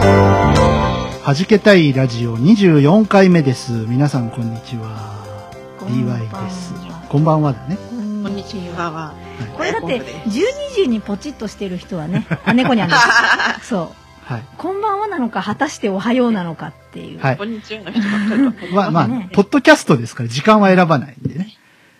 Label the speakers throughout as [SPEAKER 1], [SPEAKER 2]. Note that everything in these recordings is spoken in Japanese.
[SPEAKER 1] はじけたいラジオ24回目です。皆さんこんにちは。
[SPEAKER 2] こんばん
[SPEAKER 1] DY
[SPEAKER 2] は
[SPEAKER 1] です。こんばんはだね。
[SPEAKER 2] こん
[SPEAKER 3] こんにちは。
[SPEAKER 2] これだって
[SPEAKER 3] こんばんは
[SPEAKER 2] 12時にポチッとしてる人は ね、あ猫にゃんです。そう。
[SPEAKER 1] はい。
[SPEAKER 2] こんばんはなのか、果たしておはようなのかっていう。
[SPEAKER 1] は
[SPEAKER 3] こ
[SPEAKER 1] い。
[SPEAKER 3] んにちはの人ばっかりだこんばん
[SPEAKER 1] まあ
[SPEAKER 3] は
[SPEAKER 1] まあ、ポッドキャストですから時間は選ばないんでね。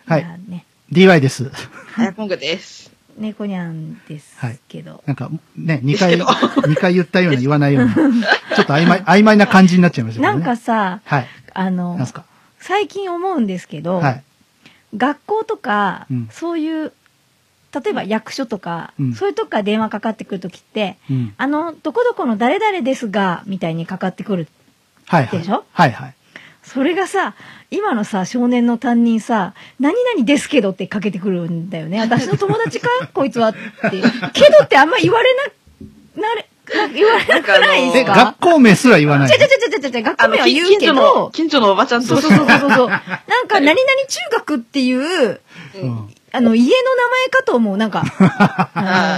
[SPEAKER 1] はい
[SPEAKER 2] やね、
[SPEAKER 1] DY です。
[SPEAKER 3] はやこんぐです。
[SPEAKER 2] 猫にゃんですけど。
[SPEAKER 1] なんかね、2回、
[SPEAKER 3] ですけ
[SPEAKER 1] 二回言ったような言わないような、ちょっと曖 昧、曖昧な感じになっちゃいましたけ
[SPEAKER 2] な
[SPEAKER 1] ど
[SPEAKER 2] ん
[SPEAKER 1] ね。
[SPEAKER 2] かさ、
[SPEAKER 1] はい。
[SPEAKER 2] あの
[SPEAKER 1] なん、すか
[SPEAKER 2] 最近思うんですけど、
[SPEAKER 1] はい。
[SPEAKER 2] 学校とか、
[SPEAKER 1] うん
[SPEAKER 2] そういう、例えば役所とか、
[SPEAKER 1] うん
[SPEAKER 2] そういうとこから電話かかってくるときって、
[SPEAKER 1] うん。
[SPEAKER 2] あの、どこどこの誰々ですが、みたいにかかってくる。
[SPEAKER 1] はいはい。
[SPEAKER 2] でしょ
[SPEAKER 1] はいはい。
[SPEAKER 2] それがさ、今のさ、少年の担任さ、何々ですけどってかけてくるんだよね。私の友達かこいつはって。けどってあんま言われな、なれ、な言われなくないで
[SPEAKER 1] え、
[SPEAKER 2] すか
[SPEAKER 1] 学校名すら言わない
[SPEAKER 2] ちゃちゃちゃちゃちゃちゃ、学
[SPEAKER 3] あ
[SPEAKER 2] 校
[SPEAKER 3] の、
[SPEAKER 2] 名は
[SPEAKER 3] 近
[SPEAKER 2] 言う
[SPEAKER 3] 近
[SPEAKER 2] け
[SPEAKER 3] 所の、
[SPEAKER 2] ど、
[SPEAKER 3] 近所のおばちゃん
[SPEAKER 2] そう
[SPEAKER 3] と
[SPEAKER 2] そうそうそうそう。なんか、何々中学っていう、
[SPEAKER 1] うん。
[SPEAKER 2] あの、家の名前かと思う。なん か、
[SPEAKER 1] あ
[SPEAKER 2] あーあ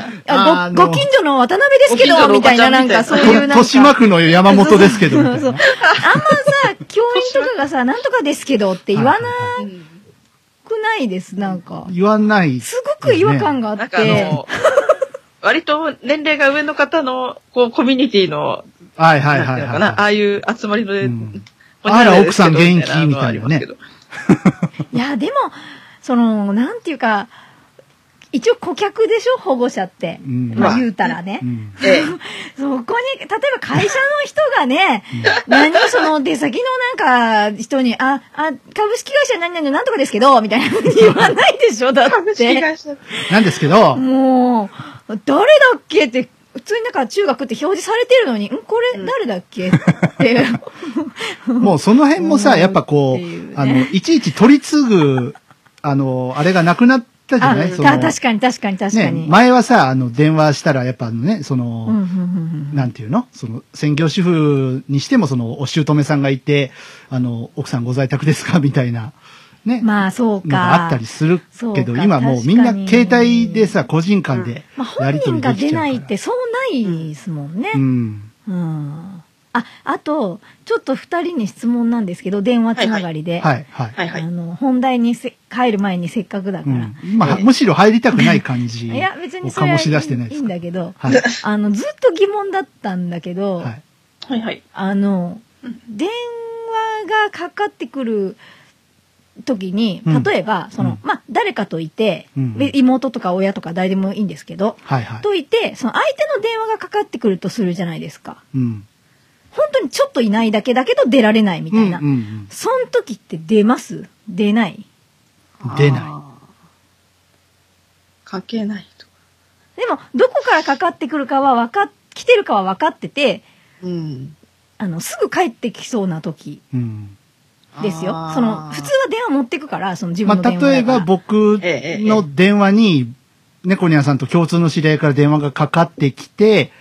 [SPEAKER 1] ー
[SPEAKER 2] ご
[SPEAKER 1] あの
[SPEAKER 2] ご近所の渡辺ですけ
[SPEAKER 3] ご近
[SPEAKER 2] ど、
[SPEAKER 3] 所のお
[SPEAKER 2] み
[SPEAKER 3] ば
[SPEAKER 2] たい
[SPEAKER 3] ち
[SPEAKER 2] な、
[SPEAKER 3] ゃん
[SPEAKER 2] なん
[SPEAKER 3] みたい
[SPEAKER 2] かそ
[SPEAKER 3] な
[SPEAKER 2] ういう
[SPEAKER 1] と
[SPEAKER 2] なんか。
[SPEAKER 1] 豊島区の山本ですけど、みたいな
[SPEAKER 2] そうそうそうあんまさ、教員とかがさ、なんとかですけどって言わな
[SPEAKER 3] うん
[SPEAKER 2] くないです、なんか。
[SPEAKER 1] 言わない。
[SPEAKER 2] すごく違和感があ
[SPEAKER 3] なん
[SPEAKER 2] っ
[SPEAKER 3] かあ
[SPEAKER 2] て、
[SPEAKER 3] の、割と年齢が上の方の、こう、コミュニティの、
[SPEAKER 1] はいはい
[SPEAKER 3] なん
[SPEAKER 1] は
[SPEAKER 3] て
[SPEAKER 1] い
[SPEAKER 3] いうの
[SPEAKER 1] は
[SPEAKER 3] か
[SPEAKER 1] い。
[SPEAKER 3] な、ああいう集まりの、
[SPEAKER 1] うん
[SPEAKER 3] おじいちんですけど
[SPEAKER 1] あら奥さん元気みたいなね
[SPEAKER 3] のはありますけど
[SPEAKER 2] いや、でも、その、なんていうか、一応顧客でしょ、保護者って。
[SPEAKER 1] うん
[SPEAKER 2] ま
[SPEAKER 3] ま
[SPEAKER 2] あ
[SPEAKER 3] あ
[SPEAKER 2] 言うたらね
[SPEAKER 1] う。ん
[SPEAKER 3] ええ
[SPEAKER 2] そこに、例えば会社の人がね、何その出先のなんか人に、あ、あ、株式会社何々のなんとかですけど、みたいな風に言わないでしょ、だっ
[SPEAKER 3] 株式
[SPEAKER 2] て。
[SPEAKER 3] 会社、
[SPEAKER 1] なんですけど、
[SPEAKER 2] もう、誰だっけって、普通になんか中学って表示されてるのに、んこれ誰だっけ って。
[SPEAKER 1] もうその辺も
[SPEAKER 2] う
[SPEAKER 1] さ、
[SPEAKER 2] ん
[SPEAKER 1] やっぱこ
[SPEAKER 2] っていうね
[SPEAKER 1] う、あの、いちいち取り継ぐ、あの、あれがなくなったじゃ
[SPEAKER 2] あ、
[SPEAKER 1] ない
[SPEAKER 2] た確かに確かに確か
[SPEAKER 1] ね、
[SPEAKER 2] に。
[SPEAKER 1] 前はさ、あの、電話したら、やっぱあのね、そ
[SPEAKER 2] うんうん
[SPEAKER 1] の、
[SPEAKER 2] うん
[SPEAKER 1] なんていうのその、専業主婦にしても、その、お姑さんがいて、あの、奥さんご在宅ですかみたいな、ね、
[SPEAKER 2] うんまあそう
[SPEAKER 1] の
[SPEAKER 2] か。
[SPEAKER 1] があったりするけ
[SPEAKER 2] そう
[SPEAKER 1] ど、
[SPEAKER 2] か
[SPEAKER 1] 今もうみんな携帯でさ、個人間で
[SPEAKER 2] まあ、
[SPEAKER 1] や
[SPEAKER 2] 本
[SPEAKER 1] りと
[SPEAKER 2] 人
[SPEAKER 1] り
[SPEAKER 2] が
[SPEAKER 1] でき
[SPEAKER 2] 出
[SPEAKER 1] ちゃうから。
[SPEAKER 2] ないってそうないですもんね
[SPEAKER 1] う。ん。
[SPEAKER 2] うん。あ、あと、ちょっと二人に質問なんですけど、電話つながりで。
[SPEAKER 1] はい、はい。
[SPEAKER 3] はいはい
[SPEAKER 2] あ。の、本題にせ帰る前にせっかくだ
[SPEAKER 1] う
[SPEAKER 2] から。
[SPEAKER 1] ん。まあ、むしろ入りたくない感じを
[SPEAKER 2] いや、別にそれ
[SPEAKER 1] 醸
[SPEAKER 2] は
[SPEAKER 1] し出してない
[SPEAKER 2] い
[SPEAKER 1] で
[SPEAKER 2] い
[SPEAKER 1] す
[SPEAKER 2] ん
[SPEAKER 1] か
[SPEAKER 2] だけど、
[SPEAKER 1] はい。
[SPEAKER 2] あの、ずっと疑問だったんだけど、
[SPEAKER 1] はい。
[SPEAKER 3] はいはい。
[SPEAKER 2] あの
[SPEAKER 3] うん、
[SPEAKER 2] 電話がかかってくる時に、
[SPEAKER 1] うん
[SPEAKER 2] 例えば、その、
[SPEAKER 1] うん
[SPEAKER 2] まあ、誰かといて、
[SPEAKER 1] うん
[SPEAKER 2] で妹とか親とか誰でもいいんですけど、
[SPEAKER 1] はいはい。
[SPEAKER 2] といて、その相手の電話がかかってくるとするじゃないですか。
[SPEAKER 1] うん。
[SPEAKER 2] 本当にちょっといないだけだけど出られないみたいな。
[SPEAKER 1] うんうん
[SPEAKER 2] そん時って出ます出ない
[SPEAKER 1] うん、出ない。
[SPEAKER 3] あー。関係ないとか。
[SPEAKER 2] でも、どこからかかってくるかは分かっ、来てるかは分かってて、
[SPEAKER 3] うん。
[SPEAKER 2] あの、すぐ帰ってきそうな時
[SPEAKER 1] うん
[SPEAKER 2] ですよ
[SPEAKER 3] あ。ー
[SPEAKER 2] その、普通は電話持ってくから、その自分
[SPEAKER 1] ま
[SPEAKER 2] の
[SPEAKER 1] あ、
[SPEAKER 2] 電話だから。
[SPEAKER 1] 例えば僕
[SPEAKER 3] えええ
[SPEAKER 1] の電話に、猫ニャンさんと共通の知り合いから電話がかかってきて、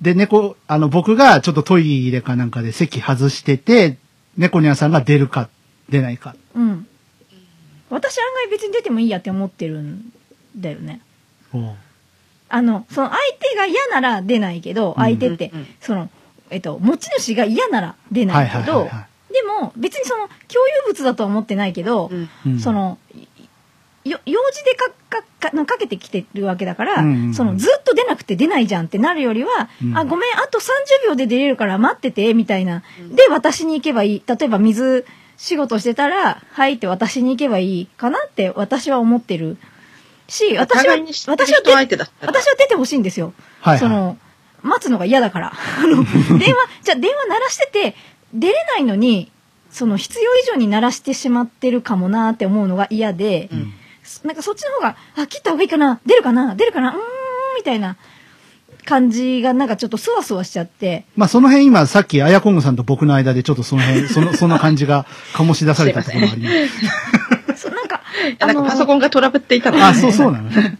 [SPEAKER 1] で、猫、あの、僕がちょっとトイレかなんかで席外してて、猫ニャンさんが出るか、出ないか。
[SPEAKER 2] うん。私案外別に出てもいいやって思ってるんだよね。あの、その相手が嫌なら出ないけど、
[SPEAKER 1] うん
[SPEAKER 2] 相手って
[SPEAKER 3] うんうん、
[SPEAKER 2] その、えっと、持ち主が嫌なら出ないけ
[SPEAKER 1] はいはい
[SPEAKER 2] ど
[SPEAKER 1] はいは、
[SPEAKER 2] でも別にその共有物だとは思ってないけど
[SPEAKER 3] う、ん。
[SPEAKER 1] うん
[SPEAKER 2] そ、の、よ用事でかかかのかけてきてるわけだから、
[SPEAKER 1] うんうんうん
[SPEAKER 2] そのずっと出なくて出ないじゃんってなるよりは、
[SPEAKER 1] うん
[SPEAKER 2] あごめんあと30秒で出れるから待っててみたいな、で私に行けばいい例えば水仕事してたらはいって私に行けばいいかなって私は思ってるし私は
[SPEAKER 3] 互いに知
[SPEAKER 2] 私
[SPEAKER 3] って
[SPEAKER 2] は
[SPEAKER 3] る
[SPEAKER 2] 出
[SPEAKER 3] 人相手だったら、
[SPEAKER 2] 私は出てほしいんですよ、
[SPEAKER 1] はいはい
[SPEAKER 2] その待つのが嫌だから あ の電話じゃあ電話鳴らしてて出れないのにその必要以上に鳴らしてしまってるかもなーって思うのが嫌で、
[SPEAKER 1] うん
[SPEAKER 2] なんかそっちの方が、あ、切った方がいいかな、出るかな、出るかな、うーん、みたいな感じがなんかちょっとそわそわしちゃって、
[SPEAKER 1] まあその辺今さっきあやこんぐさんと僕の間でちょっとその辺、その、その感じが醸し出されたところもあります。
[SPEAKER 2] そな んか
[SPEAKER 3] なんかパソコンがトラブっていたの
[SPEAKER 1] あ、そうそうなのね。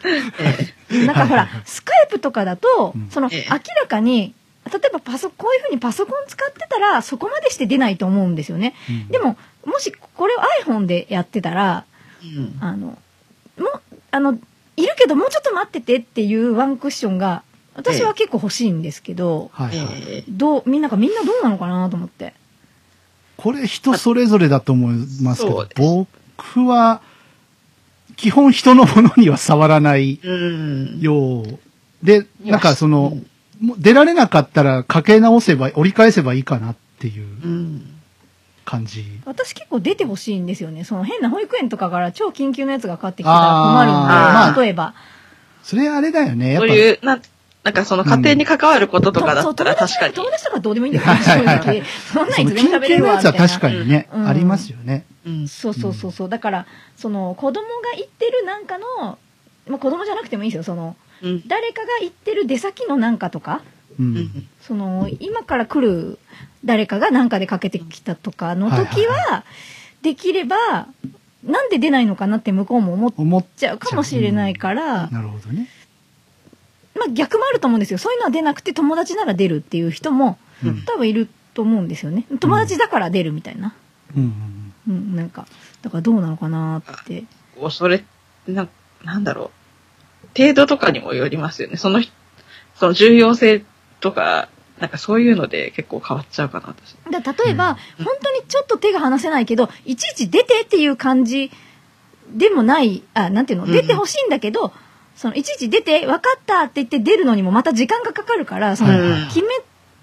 [SPEAKER 2] なんかほ
[SPEAKER 1] はい
[SPEAKER 2] ら
[SPEAKER 1] はい、
[SPEAKER 2] スカイプとかだと
[SPEAKER 1] うん、
[SPEAKER 2] その、
[SPEAKER 3] ええ
[SPEAKER 2] 明らかに、例えばパソ、こういうふうにパソコン使ってたら、そこまでして出ないと思うんですよね。
[SPEAKER 1] うん
[SPEAKER 2] でも、もしこれを iPhone でやってたら、
[SPEAKER 3] うん
[SPEAKER 2] あの、も、あの、いるけどもうちょっと待っててっていうワンクッションが、私は結構欲しいんですけど、
[SPEAKER 1] はいはい。
[SPEAKER 3] ええ
[SPEAKER 2] どう、みんながみんなどうなのかなと思って。
[SPEAKER 1] これ人それぞれだと思いますけ
[SPEAKER 3] そう
[SPEAKER 1] ど
[SPEAKER 3] で、
[SPEAKER 1] 僕は、基本人のものには触らない
[SPEAKER 3] うん。
[SPEAKER 1] ようで、なんかその、もう出られなかったらかけ直せば、折り返せばいいかなっていう
[SPEAKER 3] うん。
[SPEAKER 1] 感じ。
[SPEAKER 2] 私結構出てほしいんですよね。その変な保育園とかから超緊急のやつが買ってきたら
[SPEAKER 1] あ
[SPEAKER 3] ー
[SPEAKER 2] 困るん
[SPEAKER 1] まあ
[SPEAKER 2] で、例えば。
[SPEAKER 1] それあれだよね。や
[SPEAKER 3] そう
[SPEAKER 1] っ
[SPEAKER 3] いう、なん、なんかその家庭に関わることとかだ
[SPEAKER 2] そう
[SPEAKER 3] ったら確かに。
[SPEAKER 2] 友達とかどうでもいいんだけど、正
[SPEAKER 1] はいはいは
[SPEAKER 2] 直。そん
[SPEAKER 1] ぱ、
[SPEAKER 2] な
[SPEAKER 1] そ
[SPEAKER 2] んい
[SPEAKER 1] の
[SPEAKER 2] つでも
[SPEAKER 1] 緊
[SPEAKER 2] 喋れ
[SPEAKER 1] 急
[SPEAKER 2] る
[SPEAKER 1] の
[SPEAKER 2] わ。
[SPEAKER 1] やつは確
[SPEAKER 2] に。
[SPEAKER 1] かにね、
[SPEAKER 2] うん
[SPEAKER 1] ありますよね。
[SPEAKER 3] うん。
[SPEAKER 2] そうそうそうそう。だから、その、子供が行ってるなんかの、まあ、子供じゃなくてもいいですよ。その、
[SPEAKER 3] うん。
[SPEAKER 2] 誰かが行ってる出先のなんかとか、
[SPEAKER 1] うん。
[SPEAKER 3] うん
[SPEAKER 2] その、今から来る誰かがなんかでかけてきたとかの時
[SPEAKER 1] はい
[SPEAKER 2] は、できれば、なんで出ないのかなって向こうも思っ
[SPEAKER 1] 思っ
[SPEAKER 2] ちゃうかもしれないから、
[SPEAKER 1] なるほどね。
[SPEAKER 2] まあ逆もあると思うんですよ。そういうのは出なくて友達なら出るっていう人も
[SPEAKER 1] うん
[SPEAKER 2] 多分いると思うんですよね。友達だから出るみたいな。
[SPEAKER 1] うんうん
[SPEAKER 2] うん、なんか、だからどうなのかなって。
[SPEAKER 3] こうそれ、な、なんだろう。程度とかにもよりますよね。その人、その重要性とか、なんかそういうので結構変わっちゃうかな、私。
[SPEAKER 2] だ例えば、
[SPEAKER 3] うん
[SPEAKER 2] 本当にちょっと手が離せないけど、いちいち出てっていう感じでもない、あ、なんていうの、
[SPEAKER 3] うん
[SPEAKER 2] 出てほしいんだけど、その、いちいち出て、分かったって言って出るのにもまた時間がかかるから、そ
[SPEAKER 1] は
[SPEAKER 2] の、
[SPEAKER 1] いはい
[SPEAKER 3] うん
[SPEAKER 2] 決め、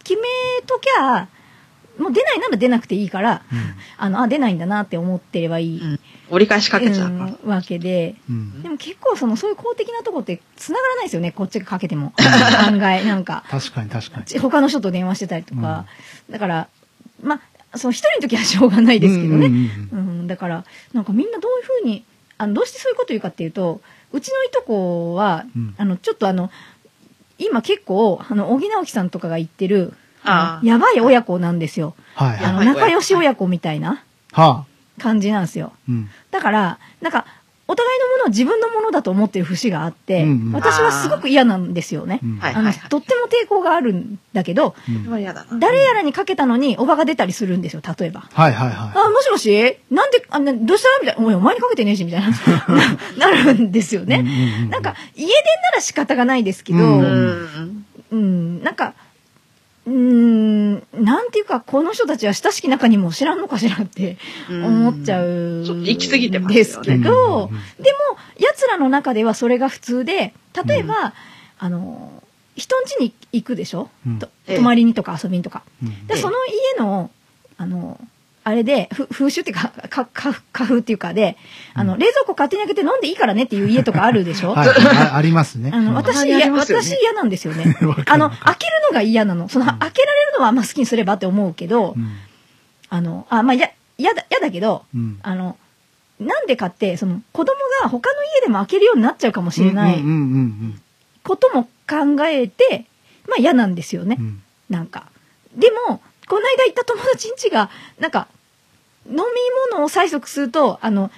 [SPEAKER 2] 決めときゃ、もう出ないなら出なくていいから、あの、あ、出ないんだなって思ってればいい、
[SPEAKER 3] うん折り返しかけちゃう
[SPEAKER 2] う
[SPEAKER 3] か
[SPEAKER 2] んわけで、
[SPEAKER 1] うんうん
[SPEAKER 2] でも結構その、そういう公的なとこって繋がらないですよね、こっちがかけて も。案外、なんか。
[SPEAKER 1] 確かに確かに。
[SPEAKER 2] ち他の人と電話してたりとか、だから、まあ、その一人の時はしょうがないですけど
[SPEAKER 1] うん
[SPEAKER 2] ね。
[SPEAKER 1] うんうん
[SPEAKER 2] うんだから、なんかみんなどういうふうに、あの、どうしてそういうこと言うかっていうと、うちのいとこは、
[SPEAKER 1] うん
[SPEAKER 2] あの、ちょっとあの、今結構、あの、小木直樹さんとかが言ってる、
[SPEAKER 3] あー
[SPEAKER 2] のやばい親子なんですよ。
[SPEAKER 1] はい
[SPEAKER 2] あ
[SPEAKER 1] はい。
[SPEAKER 3] や
[SPEAKER 1] は
[SPEAKER 2] の、
[SPEAKER 3] ばい親子
[SPEAKER 2] 仲良し親子みたいな
[SPEAKER 1] あ。
[SPEAKER 2] 感じなんですよ。
[SPEAKER 1] うん。
[SPEAKER 2] だから、なんか、お互いのものを自分のものだと思ってる節があって、
[SPEAKER 1] うんうん
[SPEAKER 2] 私はすごく嫌なんですよね。
[SPEAKER 1] うん
[SPEAKER 3] はい
[SPEAKER 2] あの、とっても抵抗があるんだけど、
[SPEAKER 1] う
[SPEAKER 3] な。そ
[SPEAKER 1] ん
[SPEAKER 3] れは嫌だな。
[SPEAKER 2] 誰やらにかけたのに、おばが出たりするんですよ、例えば。
[SPEAKER 1] はいはいは
[SPEAKER 2] あ、もしもしなんで、あなどうしたみたいな。お前お前にかけてねえし、みたいな。 ななるんですよ
[SPEAKER 1] い。うん
[SPEAKER 2] ね。
[SPEAKER 1] うう
[SPEAKER 2] なんか、家出なら仕方がないですけど、
[SPEAKER 1] う
[SPEAKER 3] うん
[SPEAKER 2] うん、
[SPEAKER 3] ん。
[SPEAKER 2] なんか、うーん、なんていうか、この人たちは親しき中にも知らんのかしらって
[SPEAKER 3] うん
[SPEAKER 2] 思っちゃう。
[SPEAKER 3] ちょっと行き過ぎてますよね
[SPEAKER 2] です
[SPEAKER 1] うんう
[SPEAKER 2] けど、
[SPEAKER 1] ん
[SPEAKER 2] でも、奴らの中ではそれが普通で、例えば、あの、人ん家に行くでしょ、
[SPEAKER 1] うん
[SPEAKER 2] と
[SPEAKER 3] ええ
[SPEAKER 2] 泊まりにとか遊びにとか。
[SPEAKER 1] うん
[SPEAKER 2] で、
[SPEAKER 3] ええ
[SPEAKER 2] その家の、あの、あれで、ふ風習っていうか、か、か、家風っていうかで、あの、冷蔵庫勝手に開けて飲んでいいからね っていう家とかあるでしょ
[SPEAKER 1] はいはい、あありますね。。
[SPEAKER 2] あの、
[SPEAKER 3] たま
[SPEAKER 2] 私、
[SPEAKER 3] にあり
[SPEAKER 2] 嫌、
[SPEAKER 3] ますよね
[SPEAKER 2] 私嫌なんですよね
[SPEAKER 1] わかる
[SPEAKER 2] あの、開けるのが嫌なの。その、
[SPEAKER 1] うん
[SPEAKER 2] 開けられるのは、まあ、好きにすればって思うけど、
[SPEAKER 1] うん
[SPEAKER 2] あの、あ、まあ、や、嫌だ、嫌だけど、
[SPEAKER 1] うん
[SPEAKER 2] あの、なんでかって、その、子供が他の家でも開けるようになっちゃうかもしれな
[SPEAKER 1] う
[SPEAKER 2] い
[SPEAKER 1] んうんうん
[SPEAKER 2] ことも考えて、まあ、嫌なんですよね
[SPEAKER 1] うんう。ん
[SPEAKER 2] なんか。でも、この間行った友達ん家が、なんか、飲み物を催促すると、あの、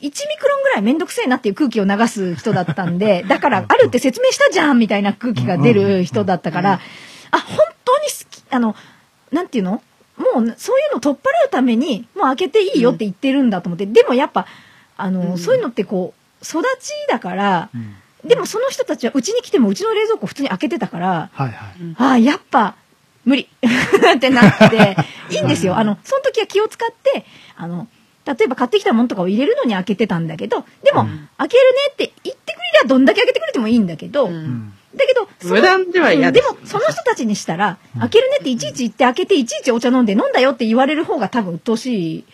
[SPEAKER 2] 1ミクロンぐらいめんどくせえなっていう空気を流す人だったん で、だから、あるって説明したじゃんみたいな空気が出る人だったか
[SPEAKER 3] うん
[SPEAKER 2] ら、あ、本当に好き、あの、なんていうのもう、そういうの取っ払うために、もう開けていいよって言ってるんだと思って、でもやっぱ、あの、
[SPEAKER 3] うん
[SPEAKER 2] そういうのってこう、育ちだから、
[SPEAKER 1] うん
[SPEAKER 2] でもその人たちはうちに来てもうちの冷蔵庫普通に開けてたから、
[SPEAKER 1] はいはい。
[SPEAKER 2] ああ、やっぱ、無理 ってなって、いいんですよ。あの、その時は気を使って、あの、例えば買ってきたものとかを入れるのに開けてたんだけど、でも、
[SPEAKER 1] うん
[SPEAKER 2] 開けるねって言ってくれりゃどんだけ開けてくれてもいいんだけど、
[SPEAKER 3] うん
[SPEAKER 1] うん
[SPEAKER 2] だけど、その
[SPEAKER 3] 無断では嫌
[SPEAKER 2] で
[SPEAKER 3] です
[SPEAKER 2] も、その人たちにしたら
[SPEAKER 1] う、ん
[SPEAKER 2] 開けるねっていちいち言って開けて、いちいちお茶飲んで飲んだよって言われる方が多分鬱陶しい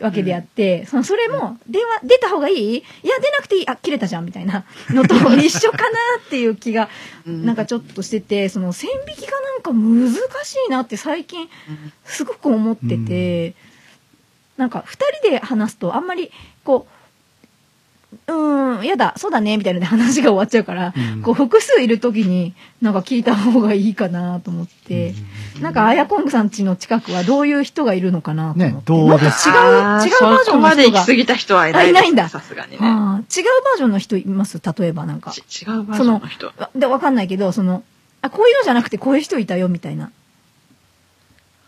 [SPEAKER 1] うん
[SPEAKER 2] わけであって、そのそれも、電話、出た方がいいいや、出なくていい。あ、切れたじゃん、みたいなのと一緒かなっていう気が、
[SPEAKER 3] うん
[SPEAKER 2] なんかちょっとしてて、その線引きがなんか難しいなって最近すごく思ってて、なんか二人で話すとあんまり、こう、うーん、やだ、そうだね、みたいなので話が終わっちゃうから、
[SPEAKER 1] うん
[SPEAKER 2] こう複数いる時になんか聞いた方がいいかなと思って、なんかあやこんぐさん家の近くはどういう人がいるのかなと思って。
[SPEAKER 1] ねどうです
[SPEAKER 2] 違う、違うバージョンの
[SPEAKER 3] そ
[SPEAKER 2] 人
[SPEAKER 3] こ
[SPEAKER 2] が。
[SPEAKER 3] まで行き過ぎた人はいないです
[SPEAKER 2] あいないんだ
[SPEAKER 3] さすがにね。
[SPEAKER 2] あー違うバージョンの人います例えばなんか。
[SPEAKER 3] ち違うバージョンの人。
[SPEAKER 2] わで、わかんないけど、その、あ、こういうのじゃなくてこういう人いたよ、みたいな。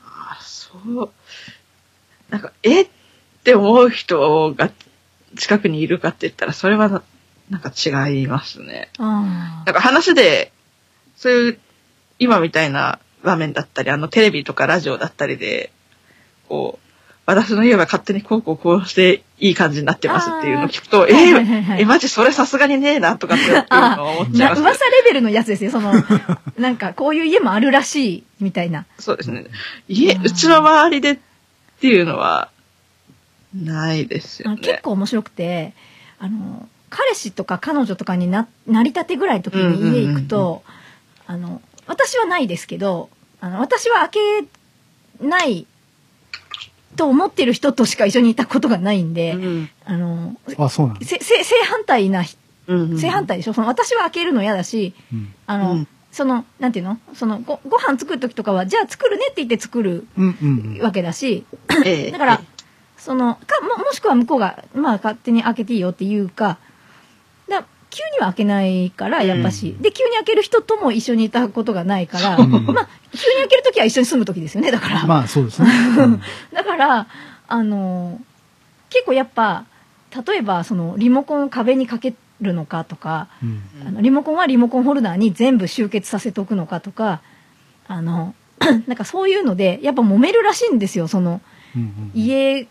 [SPEAKER 3] あ、そう。なんか、えって思う人が近くにいるかって言ったら、それはななんか違いますね。
[SPEAKER 2] あ
[SPEAKER 3] なんか話で、そういう、今みたいな場面だったり、あの、テレビとかラジオだったりで、こう、私の家は勝手にこうこうこうしていい感じになってますっていうのを聞くと、え
[SPEAKER 2] はい
[SPEAKER 3] ー
[SPEAKER 2] はいはいはい
[SPEAKER 3] え、マジそれさすがにねえなとかっていうのを思っ
[SPEAKER 2] あ。
[SPEAKER 3] ちゃい
[SPEAKER 2] な
[SPEAKER 3] ます、
[SPEAKER 2] 噂レベルのやつですよ。そ の、なんかこういう家もあるらしい、みたいな。
[SPEAKER 3] そうですね。家、
[SPEAKER 2] あー
[SPEAKER 3] うちの周りでっていうのは、ないです
[SPEAKER 2] あ
[SPEAKER 3] よ
[SPEAKER 2] の
[SPEAKER 3] ね。
[SPEAKER 2] 結構面白くてあの彼氏とか彼女とかにななりたてぐらいの時
[SPEAKER 3] うんうんうん
[SPEAKER 2] に
[SPEAKER 3] うん
[SPEAKER 2] 家行くと、あの私はないですけどあの私は開けないと思ってる人としか一緒にいたことがないんで、
[SPEAKER 3] うん
[SPEAKER 2] あの
[SPEAKER 1] あ、そうなんだ。
[SPEAKER 2] せせ正反対な人
[SPEAKER 3] うん
[SPEAKER 2] 正反対でしょ、その私は開けるの嫌だし
[SPEAKER 1] うん。
[SPEAKER 2] あの、
[SPEAKER 3] うん
[SPEAKER 2] そのなんていうのそのごご飯作る時とかはじゃあ作るねって言って作る
[SPEAKER 1] うんうんうん。
[SPEAKER 2] わけだし、
[SPEAKER 3] ええ
[SPEAKER 2] だから、そのかももしくは向こうが、まあ、勝手に開けていいよっていうかだ急には開けないからやっぱし、
[SPEAKER 1] うん
[SPEAKER 2] で急に開ける人とも一緒にいたことがないから、
[SPEAKER 1] うん
[SPEAKER 2] まあ、急に開ける時は一緒に住む時ですよねだから、
[SPEAKER 1] まあ、そうですね。
[SPEAKER 2] だからあの結構やっぱ例えばそのリモコンを壁にかけるのかとか
[SPEAKER 1] うんうん
[SPEAKER 3] うん
[SPEAKER 2] あのリモコンはリモコンホルダーに全部集結させておくのかとかあの なんかそういうのでやっぱ揉めるらしいんですよその。
[SPEAKER 1] うんうん
[SPEAKER 2] 家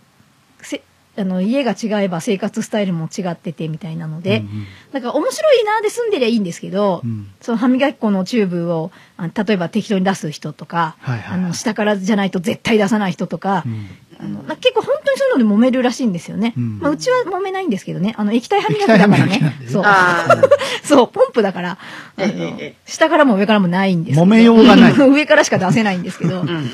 [SPEAKER 2] せあの家が違えば生活スタイルも違っててみたいなので、
[SPEAKER 1] うん
[SPEAKER 2] なんか面白いなーで住んでりゃいいんですけど、
[SPEAKER 1] うんうん
[SPEAKER 2] その歯磨き粉のチューブをあ例えば適当に出す人とか、
[SPEAKER 1] はいはいはい
[SPEAKER 2] あの下からじゃないと絶対出さない人とか
[SPEAKER 1] う、ん
[SPEAKER 2] あのなんか結構本当にそういうので揉めるらしいんですよね、
[SPEAKER 1] うん
[SPEAKER 2] まあ、うちは揉めないんですけどねあの液体歯磨きだから
[SPEAKER 1] 液体歯磨きなん
[SPEAKER 2] ね
[SPEAKER 1] でね
[SPEAKER 2] そう
[SPEAKER 3] あ ー
[SPEAKER 2] そうポンプだからあの
[SPEAKER 3] ええええ
[SPEAKER 2] 下からも上からもないんですけど
[SPEAKER 1] 揉めようがない
[SPEAKER 2] 上からしか出せないんですけど、
[SPEAKER 3] うんうん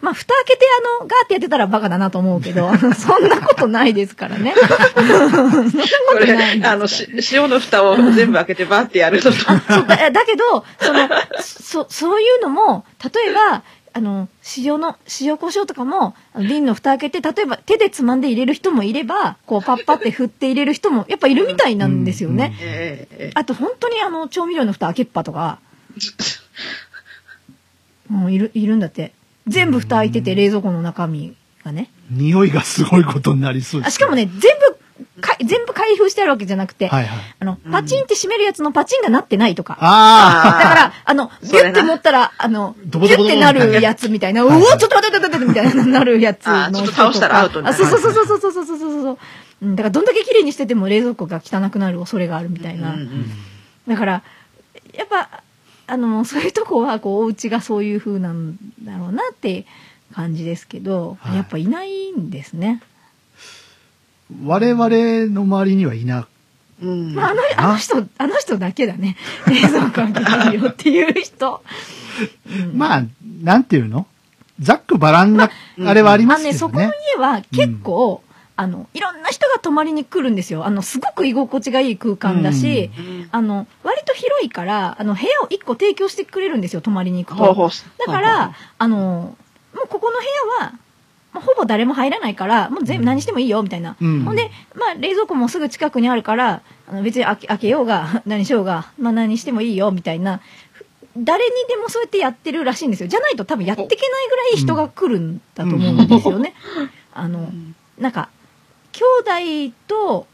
[SPEAKER 2] まあ、蓋開けてあの、ガーってやってたらバカだなと思うけ ど、そんなことないですからね。
[SPEAKER 3] こ
[SPEAKER 2] こと
[SPEAKER 3] れ
[SPEAKER 2] ないんです、か
[SPEAKER 3] あの、し塩の蓋を全部開けてバーってやるのと。
[SPEAKER 2] そうだだけど、その、そ、そういうのも、例えば、あの、塩の、塩胡椒とかも、あの瓶の蓋開けて、例えば手でつまんで入れる人もいれば、こうパッパって振って入れる人も、やっぱいるみたいなんですよね。
[SPEAKER 1] うん
[SPEAKER 3] ええええ
[SPEAKER 2] あと、本当にあの、調味料の蓋開けっぱと か、うん、いる、いるんだって。全部蓋開いてて、冷蔵庫の中身がね。
[SPEAKER 1] 匂いがすごいことになりそうで
[SPEAKER 2] あ
[SPEAKER 1] す。
[SPEAKER 2] しかもね、全部、か全部開封してあるわけじゃなくて、
[SPEAKER 1] はいはい。
[SPEAKER 2] あの、パチンって閉めるやつのパチンがなってないとか。だ
[SPEAKER 1] あ
[SPEAKER 3] あ
[SPEAKER 2] から、あの、ギ
[SPEAKER 3] そ
[SPEAKER 2] ュ
[SPEAKER 3] れな
[SPEAKER 2] ッて持ったら、あの、ギ
[SPEAKER 1] ド
[SPEAKER 2] ュ
[SPEAKER 1] ボドボドボ
[SPEAKER 2] ッてなるやつみたいな、うお
[SPEAKER 1] はいはい
[SPEAKER 2] ーちょっと待って待って待ってみたいな、なるやつ
[SPEAKER 3] あー
[SPEAKER 2] の
[SPEAKER 3] ちょっ
[SPEAKER 2] 人とか。
[SPEAKER 3] と倒したらアウトにな
[SPEAKER 2] あ、
[SPEAKER 3] る
[SPEAKER 2] そうそうそうそうそうそうそうそうそう。うんだから、どんだけ綺麗にしてても冷蔵庫が汚くなる恐れがあるみたいな。
[SPEAKER 3] うんうん
[SPEAKER 2] だから、やっぱ、あの、そういうとこは、こう、お家がそういう風なんだろうなって感じですけど、
[SPEAKER 1] はい
[SPEAKER 2] やっぱいないんですね。
[SPEAKER 1] あ、我々の周りにはいな
[SPEAKER 3] うん
[SPEAKER 2] まあ、あの、あの人、あの人だけだね。 冷蔵庫開けないよっていう人。うん
[SPEAKER 1] まあ、なんていうのざっくばらんな、あれはありま
[SPEAKER 2] あ
[SPEAKER 1] す
[SPEAKER 2] の
[SPEAKER 1] け
[SPEAKER 2] ね、
[SPEAKER 1] ど
[SPEAKER 2] そこの
[SPEAKER 1] ね。
[SPEAKER 2] 家は結構、あの、いろんな人が泊まりに来るんですよ。あの、すごく居心地がいい空間だし、
[SPEAKER 3] うん
[SPEAKER 2] あの、割と広いから、あの、部屋を1個提供してくれるんですよ、泊まりに行く
[SPEAKER 3] ほう
[SPEAKER 2] と。
[SPEAKER 3] ほう
[SPEAKER 2] だから、あの、もうここの部屋は、もうほぼ誰も入らないから、もう全
[SPEAKER 1] うん
[SPEAKER 2] 部何してもいいよ、みたいな。
[SPEAKER 1] うん
[SPEAKER 2] ほんで、まあ、冷蔵庫もすぐ近くにあるから、あの別に開け開けようが、 何しようが、まあ何してもいいよ、みたいな。ふ誰にでもそうやってやってるらしいんですよ。じゃないと多分やっていけないぐらい人が来るんだと思うんですよね。あ
[SPEAKER 3] う
[SPEAKER 2] の、
[SPEAKER 3] ん
[SPEAKER 2] なんか、兄弟と、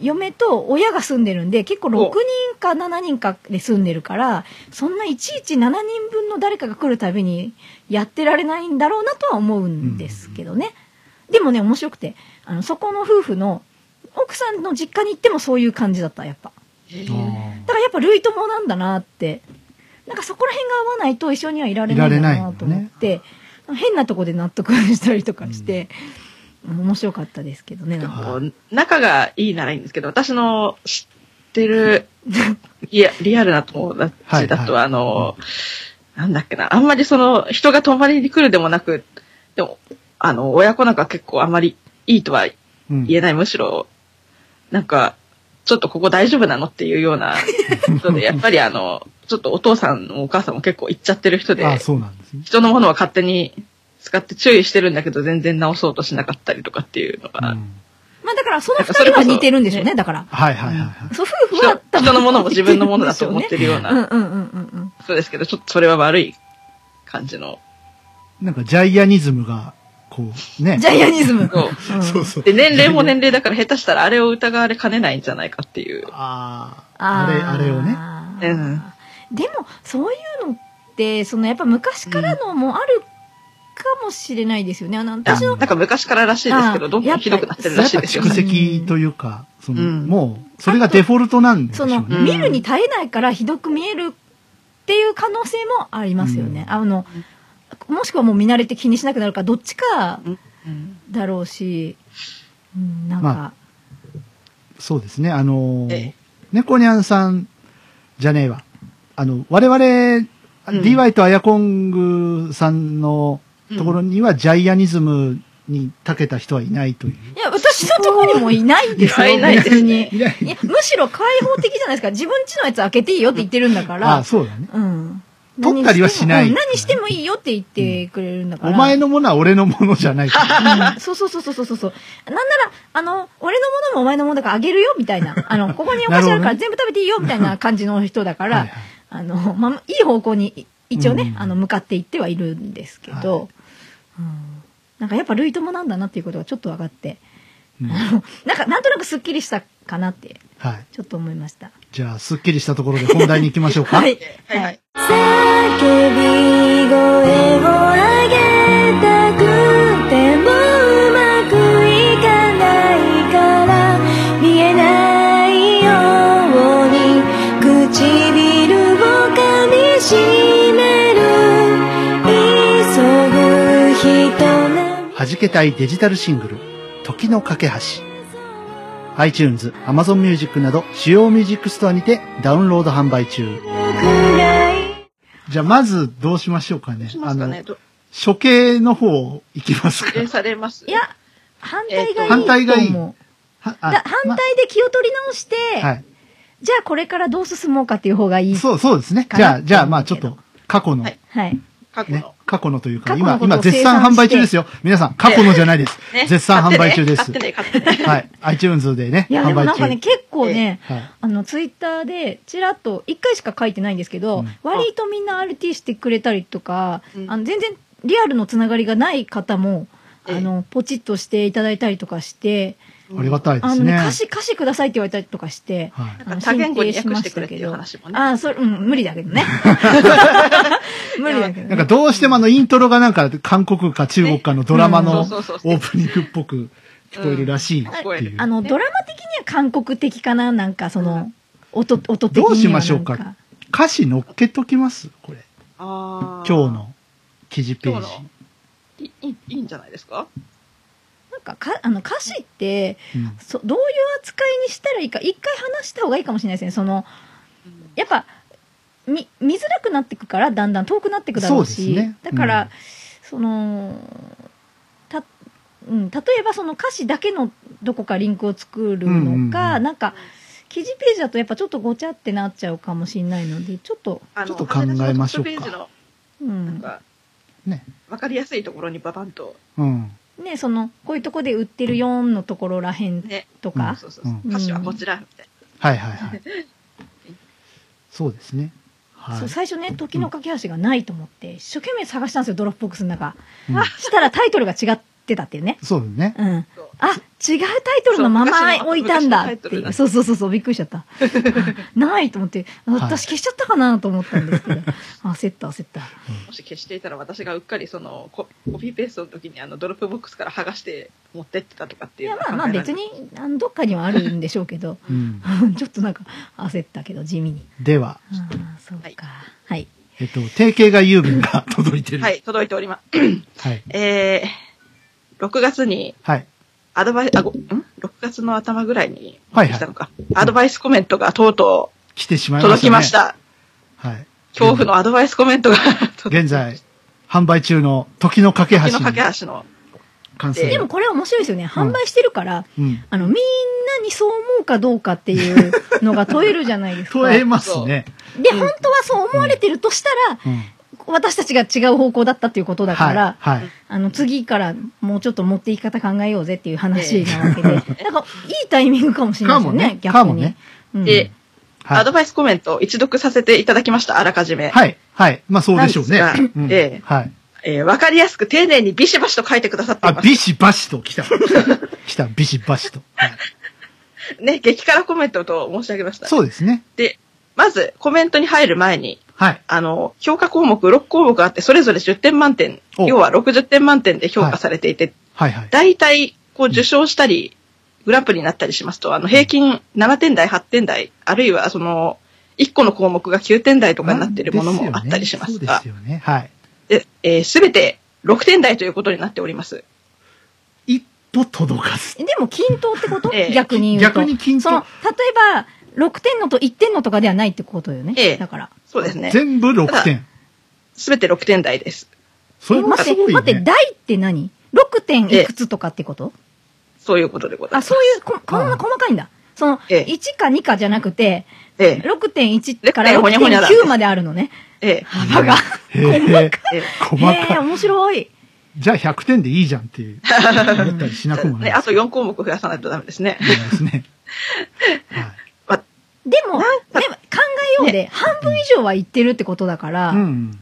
[SPEAKER 2] 嫁と親が住んでるんで、結構6
[SPEAKER 3] お
[SPEAKER 2] 人か7人かで住んでるから、そんないちいち7人分の誰かが来るたびにやってられないんだろうなとは思うんですけどね。でもね、面白くて、あの、そこの夫婦の、奥さんの実家に行ってもそういう感じだった、やっぱ。
[SPEAKER 3] ええ
[SPEAKER 2] だからやっぱ類友なんだなって。なんかそこら辺が合わないと一緒にはいられないんだなと思って、変なとこで納得したりとかして、面白かったですけどね。なんか
[SPEAKER 3] こう仲がいいならいいんですけど、私の知ってる、 いや、リアルな友達だ
[SPEAKER 1] はい
[SPEAKER 3] と、
[SPEAKER 1] はい
[SPEAKER 3] あの、なんだっけな、あんまりその、人が泊まりに来るでもなく、でも、あの、親子なんか結構あんまりいいとは
[SPEAKER 1] うん
[SPEAKER 3] 言えない、むしろ、なんか、ちょっとここ大丈夫なのっていうよ うな人で、やっぱりあの、ちょっとお父さんもお母さんも結構行っちゃってる人で、
[SPEAKER 1] ああ、そうなんですね。
[SPEAKER 3] 人のものは勝手に使って注意してるんだけど、全然直そうとしなかったりとかっていうの
[SPEAKER 1] う
[SPEAKER 3] が、
[SPEAKER 1] ん、
[SPEAKER 2] まあだからその二人は似てるんでしょうね、だから。
[SPEAKER 1] はいはいはいはい。
[SPEAKER 2] そう、夫婦は
[SPEAKER 3] 人人のものも自分のものだと思ってるよう
[SPEAKER 2] うんうん
[SPEAKER 3] な
[SPEAKER 2] うんうん
[SPEAKER 3] 人ですけど、ちょっとそれは悪い感じの。
[SPEAKER 1] なんかジャイアニズムが、こう、
[SPEAKER 2] う
[SPEAKER 1] ね
[SPEAKER 2] ん。ジ。ャイアニズム。
[SPEAKER 3] そう
[SPEAKER 2] うん
[SPEAKER 1] そうそう。
[SPEAKER 3] で、年齢も年齢だから下手したらあれを疑われかねないんじゃないかっていう。
[SPEAKER 1] ああ、
[SPEAKER 2] あ
[SPEAKER 1] あれ、
[SPEAKER 2] ー
[SPEAKER 1] あれをね。
[SPEAKER 3] うん
[SPEAKER 2] でも、そういうのって、そのやっぱ昔からのもあるかもしれないですよね。あの、
[SPEAKER 3] あ
[SPEAKER 2] 私
[SPEAKER 3] な
[SPEAKER 2] の
[SPEAKER 3] んか昔かららしいですけ
[SPEAKER 2] あ
[SPEAKER 3] ど、どんどんひどくなってるらしいですよ
[SPEAKER 1] 蓄
[SPEAKER 3] ね。
[SPEAKER 1] 積というか、その、
[SPEAKER 3] うん
[SPEAKER 1] もう、それがデフォルトなんでしょ
[SPEAKER 2] そうの、
[SPEAKER 1] ね。
[SPEAKER 3] ん
[SPEAKER 2] 見るに耐えないからひどく見えるっていう可能性もありますよね。
[SPEAKER 1] うん
[SPEAKER 2] あの、もしくはもう見慣れて気にしなくなるから、どっちか
[SPEAKER 3] うん
[SPEAKER 2] だろうし、うん、なんか、
[SPEAKER 1] まそうですね。あのー
[SPEAKER 3] ええ、
[SPEAKER 1] 猫ニャンさんじゃねえわ。あの、我々、DY とアヤコングさんのところには、ジャイアニズムに長けた人はいないという。
[SPEAKER 2] いや、私のところにもいないですよ、
[SPEAKER 3] いないです
[SPEAKER 2] 別に。
[SPEAKER 3] ね
[SPEAKER 1] い ない
[SPEAKER 2] いや、むしろ開放的じゃないですか。自分家のやつ開けていいよって言ってるんだから。
[SPEAKER 1] あ、そうだね。
[SPEAKER 2] うん。
[SPEAKER 1] 取ったりはしない
[SPEAKER 2] うん何してもいいよって言ってくれるんだから。
[SPEAKER 1] お前のものは俺のものじゃないから。
[SPEAKER 2] うん そうそうそうそうそうそうそう。なんなら、あの、俺のものもお前のものだからあげるよ、みたいな。あの、ここにお菓子あるから全部食べていいよ、みたいな感じの人だから、
[SPEAKER 1] はいはい
[SPEAKER 2] あの、まあ、いい方向に、一応ね、
[SPEAKER 1] うん
[SPEAKER 2] あの、向かっていってはいるんですけど、うんなんかやっぱ類友なんだなっていうことがちょっと分かって、
[SPEAKER 1] うん
[SPEAKER 2] あのなんか、なんとなくスッキリしたかなって、
[SPEAKER 1] はい。
[SPEAKER 2] ちょっと思いました。
[SPEAKER 1] じゃあ、すっきりしたところで本題に行きましょうか。
[SPEAKER 2] はい。
[SPEAKER 3] はいはい。
[SPEAKER 4] 叫び声を上げたくてもうまくいかないから見えないように唇を噛みしめる急ぐ人な
[SPEAKER 1] 弾けたいデジタルシングル、時の架け橋。iTunes、Amazon Music など主要ミュージックストアにてダウンロード販売中。
[SPEAKER 4] くらい
[SPEAKER 1] じゃあまずどうしましょうかね。
[SPEAKER 3] しますかね。
[SPEAKER 1] あの、
[SPEAKER 3] ど
[SPEAKER 1] 処刑の方行きますか
[SPEAKER 3] 指。令されます
[SPEAKER 2] いや、反対がいいと思う。
[SPEAKER 3] えっと
[SPEAKER 1] 反対がいいはあ
[SPEAKER 2] だ反対で気を取り直して、
[SPEAKER 1] まはい。
[SPEAKER 2] じゃあこれからどう進もうかっていう方がいい。
[SPEAKER 1] そう、そうですね。
[SPEAKER 2] か
[SPEAKER 1] じゃ
[SPEAKER 2] な
[SPEAKER 1] あ、じゃあまあちょっと過去の、
[SPEAKER 3] はい
[SPEAKER 2] はい。
[SPEAKER 3] 過去
[SPEAKER 1] ね
[SPEAKER 3] の。、
[SPEAKER 1] 過去のというか、
[SPEAKER 2] 過去の
[SPEAKER 1] 今、
[SPEAKER 2] ことを
[SPEAKER 1] 今絶賛販売中ですよ。皆さん、過去のじゃないです。
[SPEAKER 3] ね
[SPEAKER 1] 絶賛販売中です
[SPEAKER 3] 買って。ね、買ってね。買ってね
[SPEAKER 1] はい。iTunes でね、
[SPEAKER 2] いや、で
[SPEAKER 1] 販
[SPEAKER 2] も
[SPEAKER 1] 売
[SPEAKER 2] なん
[SPEAKER 1] 中。
[SPEAKER 2] かね、結構ね、
[SPEAKER 1] はい。
[SPEAKER 2] あの、ツイッターで、ちらっと、一回しか書いてないんですけど、
[SPEAKER 1] うん
[SPEAKER 2] 割とみんな RT してくれたりとか、
[SPEAKER 3] うん
[SPEAKER 2] あの、全然リアルのつながりがない方も、
[SPEAKER 3] ええ
[SPEAKER 2] あの、ポチッとしていただいたりとかして、
[SPEAKER 1] ありがたいで
[SPEAKER 2] あ
[SPEAKER 1] す
[SPEAKER 2] の
[SPEAKER 1] ね。
[SPEAKER 2] ね、歌詞、歌詞くださいって言われたりとかして、
[SPEAKER 1] はい。
[SPEAKER 2] あの
[SPEAKER 3] 多言語に
[SPEAKER 2] 申請
[SPEAKER 3] 訳してくれっていう話もね
[SPEAKER 2] ああ、それ、うん、無理だけ どね。無理だけ
[SPEAKER 1] なん
[SPEAKER 2] どね。
[SPEAKER 1] かどうしてもあのイントロがなんか韓国か中国かのドラマの
[SPEAKER 3] う
[SPEAKER 1] オ
[SPEAKER 3] んそうそうそう
[SPEAKER 1] ープニングっぽく聞こえるらしいって
[SPEAKER 3] 聞こえ
[SPEAKER 1] い
[SPEAKER 3] る
[SPEAKER 1] う
[SPEAKER 2] あ。の、ドラマ的には韓国的かななんか、その、音、音的
[SPEAKER 1] ど
[SPEAKER 2] にはなんか。
[SPEAKER 1] うしましょうか歌詞乗っけときますこれ。
[SPEAKER 3] あー
[SPEAKER 1] 今日。の記事ペー
[SPEAKER 3] 今
[SPEAKER 1] ジ。
[SPEAKER 3] 日のいいいいんじゃないですか
[SPEAKER 2] なんかか、あの、歌詞って、
[SPEAKER 1] うん
[SPEAKER 2] そどういう扱いにしたらいいか一回話した方がいいかもしれないですねその
[SPEAKER 3] うん
[SPEAKER 2] やっぱ見見づらくなってくからだんだん遠くなってくだろう
[SPEAKER 1] そう
[SPEAKER 2] し
[SPEAKER 1] ですね
[SPEAKER 2] だから、
[SPEAKER 1] うん
[SPEAKER 2] そのた、うん、例えばその歌詞だけのどこかリンクを作る
[SPEAKER 1] うんうんうん
[SPEAKER 2] のか、なんか記事ページだとやっぱちょっとごちゃってなっちゃうかもしれないのでちょっと、
[SPEAKER 3] あの
[SPEAKER 1] ちょっと考えましょうか
[SPEAKER 3] 私のトップページの
[SPEAKER 2] う
[SPEAKER 3] なん
[SPEAKER 2] ん、
[SPEAKER 3] か、
[SPEAKER 1] ね。
[SPEAKER 3] わかりやすいところにババンと。
[SPEAKER 1] うん。
[SPEAKER 2] ねそのこういうとこで売ってる4のところらへん
[SPEAKER 3] ね。
[SPEAKER 2] と
[SPEAKER 1] うん
[SPEAKER 2] か、
[SPEAKER 3] そうそうそう
[SPEAKER 1] うん。
[SPEAKER 3] 歌詞はこちら、みたい
[SPEAKER 1] はいはいはい。そうですね。はい
[SPEAKER 2] そう。最初ね「時の架け橋」がないと思って一生懸命探したんですよドロップボックスの中
[SPEAKER 1] うん
[SPEAKER 2] したらタイトルが違ってたっていうね
[SPEAKER 1] そうですね。
[SPEAKER 2] うんあ
[SPEAKER 3] そう
[SPEAKER 2] 違うタイトルのまま置いたんだって
[SPEAKER 3] そう昔の昔のタイトル
[SPEAKER 2] い
[SPEAKER 3] だ
[SPEAKER 2] うそうそうそうそうびっくりしちゃった ないと思ってあ
[SPEAKER 1] はい
[SPEAKER 2] 私消しちゃったかなと思ったんです けどあ焦った焦った
[SPEAKER 3] な。もし消していたら私がうっかりそのココピーペーストの時にあのドロップボックスから剥がして持ってってたとかって
[SPEAKER 2] い
[SPEAKER 3] いう
[SPEAKER 2] や
[SPEAKER 3] のは
[SPEAKER 2] ま
[SPEAKER 3] 考
[SPEAKER 2] あまあ
[SPEAKER 3] えられる。
[SPEAKER 2] 別にあのどっかにはあるんでしょうけど
[SPEAKER 1] うん。
[SPEAKER 2] ちょっとなんか焦ったけど地味に
[SPEAKER 1] では、
[SPEAKER 2] ああそうかはい
[SPEAKER 1] えっと、定型外郵便が届いてる。
[SPEAKER 3] は
[SPEAKER 1] はい。
[SPEAKER 3] い、届いております。
[SPEAKER 1] はい。
[SPEAKER 3] えー、6月に
[SPEAKER 1] はい。
[SPEAKER 3] アドバイス、あ、ごん ?6 月の頭ぐらいに
[SPEAKER 1] はいはい
[SPEAKER 3] 来たのか。アドバイスコメントがとうと
[SPEAKER 1] 来てしま
[SPEAKER 3] う
[SPEAKER 1] いました。
[SPEAKER 3] 届きまし。た。
[SPEAKER 1] はい。
[SPEAKER 3] 恐怖のアド バイスコメントが
[SPEAKER 1] 現在、販売中の時の架け
[SPEAKER 3] 時
[SPEAKER 1] 橋
[SPEAKER 3] の
[SPEAKER 1] に
[SPEAKER 3] 架け橋の
[SPEAKER 1] 感想。
[SPEAKER 2] でもこれ面白いですよね。販売してるから、
[SPEAKER 1] うん。
[SPEAKER 2] あの、みんなにそう思うかどうかっていうのが問えるじゃないですか。
[SPEAKER 1] 問えますね。
[SPEAKER 2] で、本当はそう思われてるとしたら、
[SPEAKER 1] うん。
[SPEAKER 2] 私たちが違う方向だったっていうことだから、
[SPEAKER 1] はい。はい
[SPEAKER 2] あの、次からもうちょっと持っていき方考えようぜっていう話なわ けで、なんか、いいタイミングかもしれない
[SPEAKER 1] か
[SPEAKER 2] です
[SPEAKER 1] も
[SPEAKER 2] よね
[SPEAKER 1] ね、、
[SPEAKER 2] 逆に。
[SPEAKER 1] かもね。
[SPEAKER 2] うん
[SPEAKER 3] で、
[SPEAKER 1] は
[SPEAKER 3] アド
[SPEAKER 1] い。
[SPEAKER 3] バイスコメントを一読させていただきました、あらかじめ。
[SPEAKER 1] はい。はい。まあそうでしょうね
[SPEAKER 3] なんです。が
[SPEAKER 1] うん
[SPEAKER 3] ええ
[SPEAKER 1] はい。
[SPEAKER 3] えーわかりやすく丁寧にビシバシと書いてくださってい
[SPEAKER 1] あ、
[SPEAKER 3] ます。
[SPEAKER 1] ビシバシと 来た。来た、ビシバシと。はい
[SPEAKER 3] ね、激辛コメントと申し上げました。
[SPEAKER 1] そうですね。
[SPEAKER 3] で、まず、コメントに入る前に、
[SPEAKER 1] はい。
[SPEAKER 3] あの、評価項目6項目あって、それぞれ10点満点、
[SPEAKER 1] お
[SPEAKER 3] 要は60点満点で評価されていて、
[SPEAKER 1] はいはい。
[SPEAKER 3] 大体、こう、受賞したり、グランプリになったりしますと、あの、平均7点台、8点台、あるいは、その、1個の項目が9点台とかになっているものもあったりします
[SPEAKER 1] そうで
[SPEAKER 3] が
[SPEAKER 1] す、よね。はい。
[SPEAKER 3] で、えすべて6点台ということになっております。
[SPEAKER 1] 一歩届かず。
[SPEAKER 2] でも均等ってこと、
[SPEAKER 3] ええ
[SPEAKER 2] 逆に言うと。
[SPEAKER 1] 逆に均等
[SPEAKER 2] その、例えば、6点のと1点のとかではないってことよね。
[SPEAKER 3] ええ
[SPEAKER 2] だから。
[SPEAKER 3] そうですね。
[SPEAKER 1] 全部6点。
[SPEAKER 3] すべて6点台です。
[SPEAKER 1] それも
[SPEAKER 2] 待
[SPEAKER 1] す
[SPEAKER 2] っ
[SPEAKER 1] ご
[SPEAKER 2] て、
[SPEAKER 1] い
[SPEAKER 2] 待って、
[SPEAKER 1] ね。
[SPEAKER 2] 台って何 ?6 点いくつとかってこと、
[SPEAKER 3] そういうことでござい
[SPEAKER 2] あ、
[SPEAKER 3] ます。
[SPEAKER 2] そういう、ここんな細かいんだ。その、
[SPEAKER 3] ええ
[SPEAKER 2] 1か2かじゃなくて、
[SPEAKER 3] ええ、
[SPEAKER 2] 6.1から
[SPEAKER 3] ほにゃほにゃなんです
[SPEAKER 2] 6.9まであるのね。
[SPEAKER 3] ええ、
[SPEAKER 2] 幅が。
[SPEAKER 1] へえ
[SPEAKER 3] ええ。
[SPEAKER 1] 細
[SPEAKER 2] へえ、
[SPEAKER 1] かい。
[SPEAKER 2] 面白い。
[SPEAKER 1] じゃあ100点でいいじゃんっていう。思ったりしなくもない
[SPEAKER 3] ね、
[SPEAKER 1] で
[SPEAKER 3] あ
[SPEAKER 1] す
[SPEAKER 3] と4項目増やさないとダメですね。
[SPEAKER 1] 思いますね。はい。
[SPEAKER 2] でも、でも考えようで、半分以上は言ってるってことだから、
[SPEAKER 1] うん。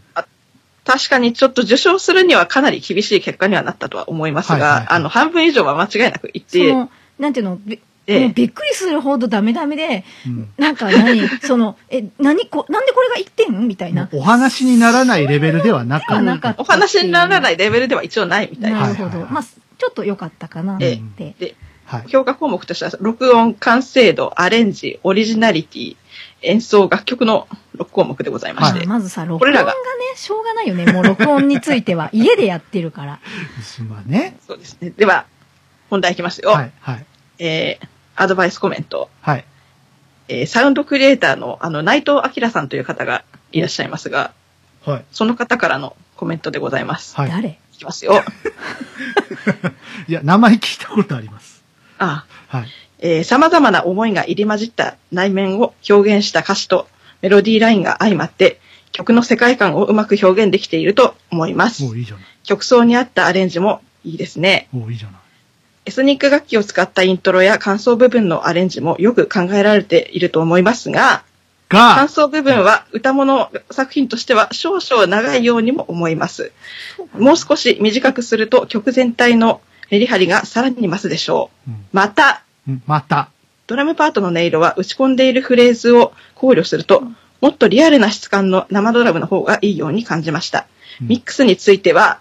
[SPEAKER 3] 確かにちょっと受賞するにはかなり厳しい結果にはなったとは思いますが、
[SPEAKER 1] はいはいはい
[SPEAKER 3] あの、半分以上は間違いなく言っ
[SPEAKER 2] そ
[SPEAKER 3] て、
[SPEAKER 2] の、なんていうの、び
[SPEAKER 3] ええ
[SPEAKER 2] もうびっくりするほどダメダメで、
[SPEAKER 1] うん
[SPEAKER 2] なんか 何、その、え、何こ、なんでこれが1点みたいな。
[SPEAKER 1] お話にならないレベルではなか
[SPEAKER 2] では
[SPEAKER 1] っ
[SPEAKER 2] なかった
[SPEAKER 3] お話にならないレベルでは一応ないみたい
[SPEAKER 2] な
[SPEAKER 3] な。
[SPEAKER 2] るほど。
[SPEAKER 1] はいはいはい
[SPEAKER 2] まあ、ちょっと良かったかなっ
[SPEAKER 3] ええ
[SPEAKER 2] て。
[SPEAKER 3] で、
[SPEAKER 1] た。はい。
[SPEAKER 3] 評価項目としては、録音、完成度、アレンジ、オリジナリティ、演奏、楽曲の6項目でございまし
[SPEAKER 2] まあ
[SPEAKER 3] て、
[SPEAKER 2] まずさ、録音
[SPEAKER 3] これ
[SPEAKER 2] が
[SPEAKER 3] ら
[SPEAKER 2] ね
[SPEAKER 3] が、
[SPEAKER 2] しょうがないよね。もう録音については。家でやってるから。
[SPEAKER 1] まあね。
[SPEAKER 3] そうですね。では、本題いきますよ。
[SPEAKER 1] はい。はい。
[SPEAKER 3] えー、アドバイスコメント。
[SPEAKER 1] はい。
[SPEAKER 3] えーサウンドクリエイターの、あの、内藤明さんという方がいらっしゃいますが、
[SPEAKER 1] はい。
[SPEAKER 3] その方からのコメントでございます。
[SPEAKER 1] はい。
[SPEAKER 2] 誰
[SPEAKER 3] いきますよ。
[SPEAKER 1] いや、名前聞いたことあります。
[SPEAKER 3] ああ
[SPEAKER 1] はい。
[SPEAKER 3] えー様々な思いが入り混じった内面を表現した歌詞とメロディーラインが相まって、曲の世界観をうまく表現できていると思います
[SPEAKER 1] も。ういいじゃない。
[SPEAKER 3] 曲奏に合ったアレンジもいいですね。
[SPEAKER 1] もういいじゃない。
[SPEAKER 3] エスニック楽器を使ったイントロや感想部分のアレンジもよく考えられていると思いますが、
[SPEAKER 1] が
[SPEAKER 3] 感、想部分は歌物作品としては少々長いようにも思います。もう少し短くすると曲全体のメリハリがさらに増すでしょ
[SPEAKER 1] う。
[SPEAKER 3] うんまた、
[SPEAKER 1] うんまた。
[SPEAKER 3] ドラムパートの音色は打ち込んでいるフレーズを考慮すると、もっとリアルな質感の生ドラムの方がいいように感じました。
[SPEAKER 1] うん
[SPEAKER 3] ミックスについては、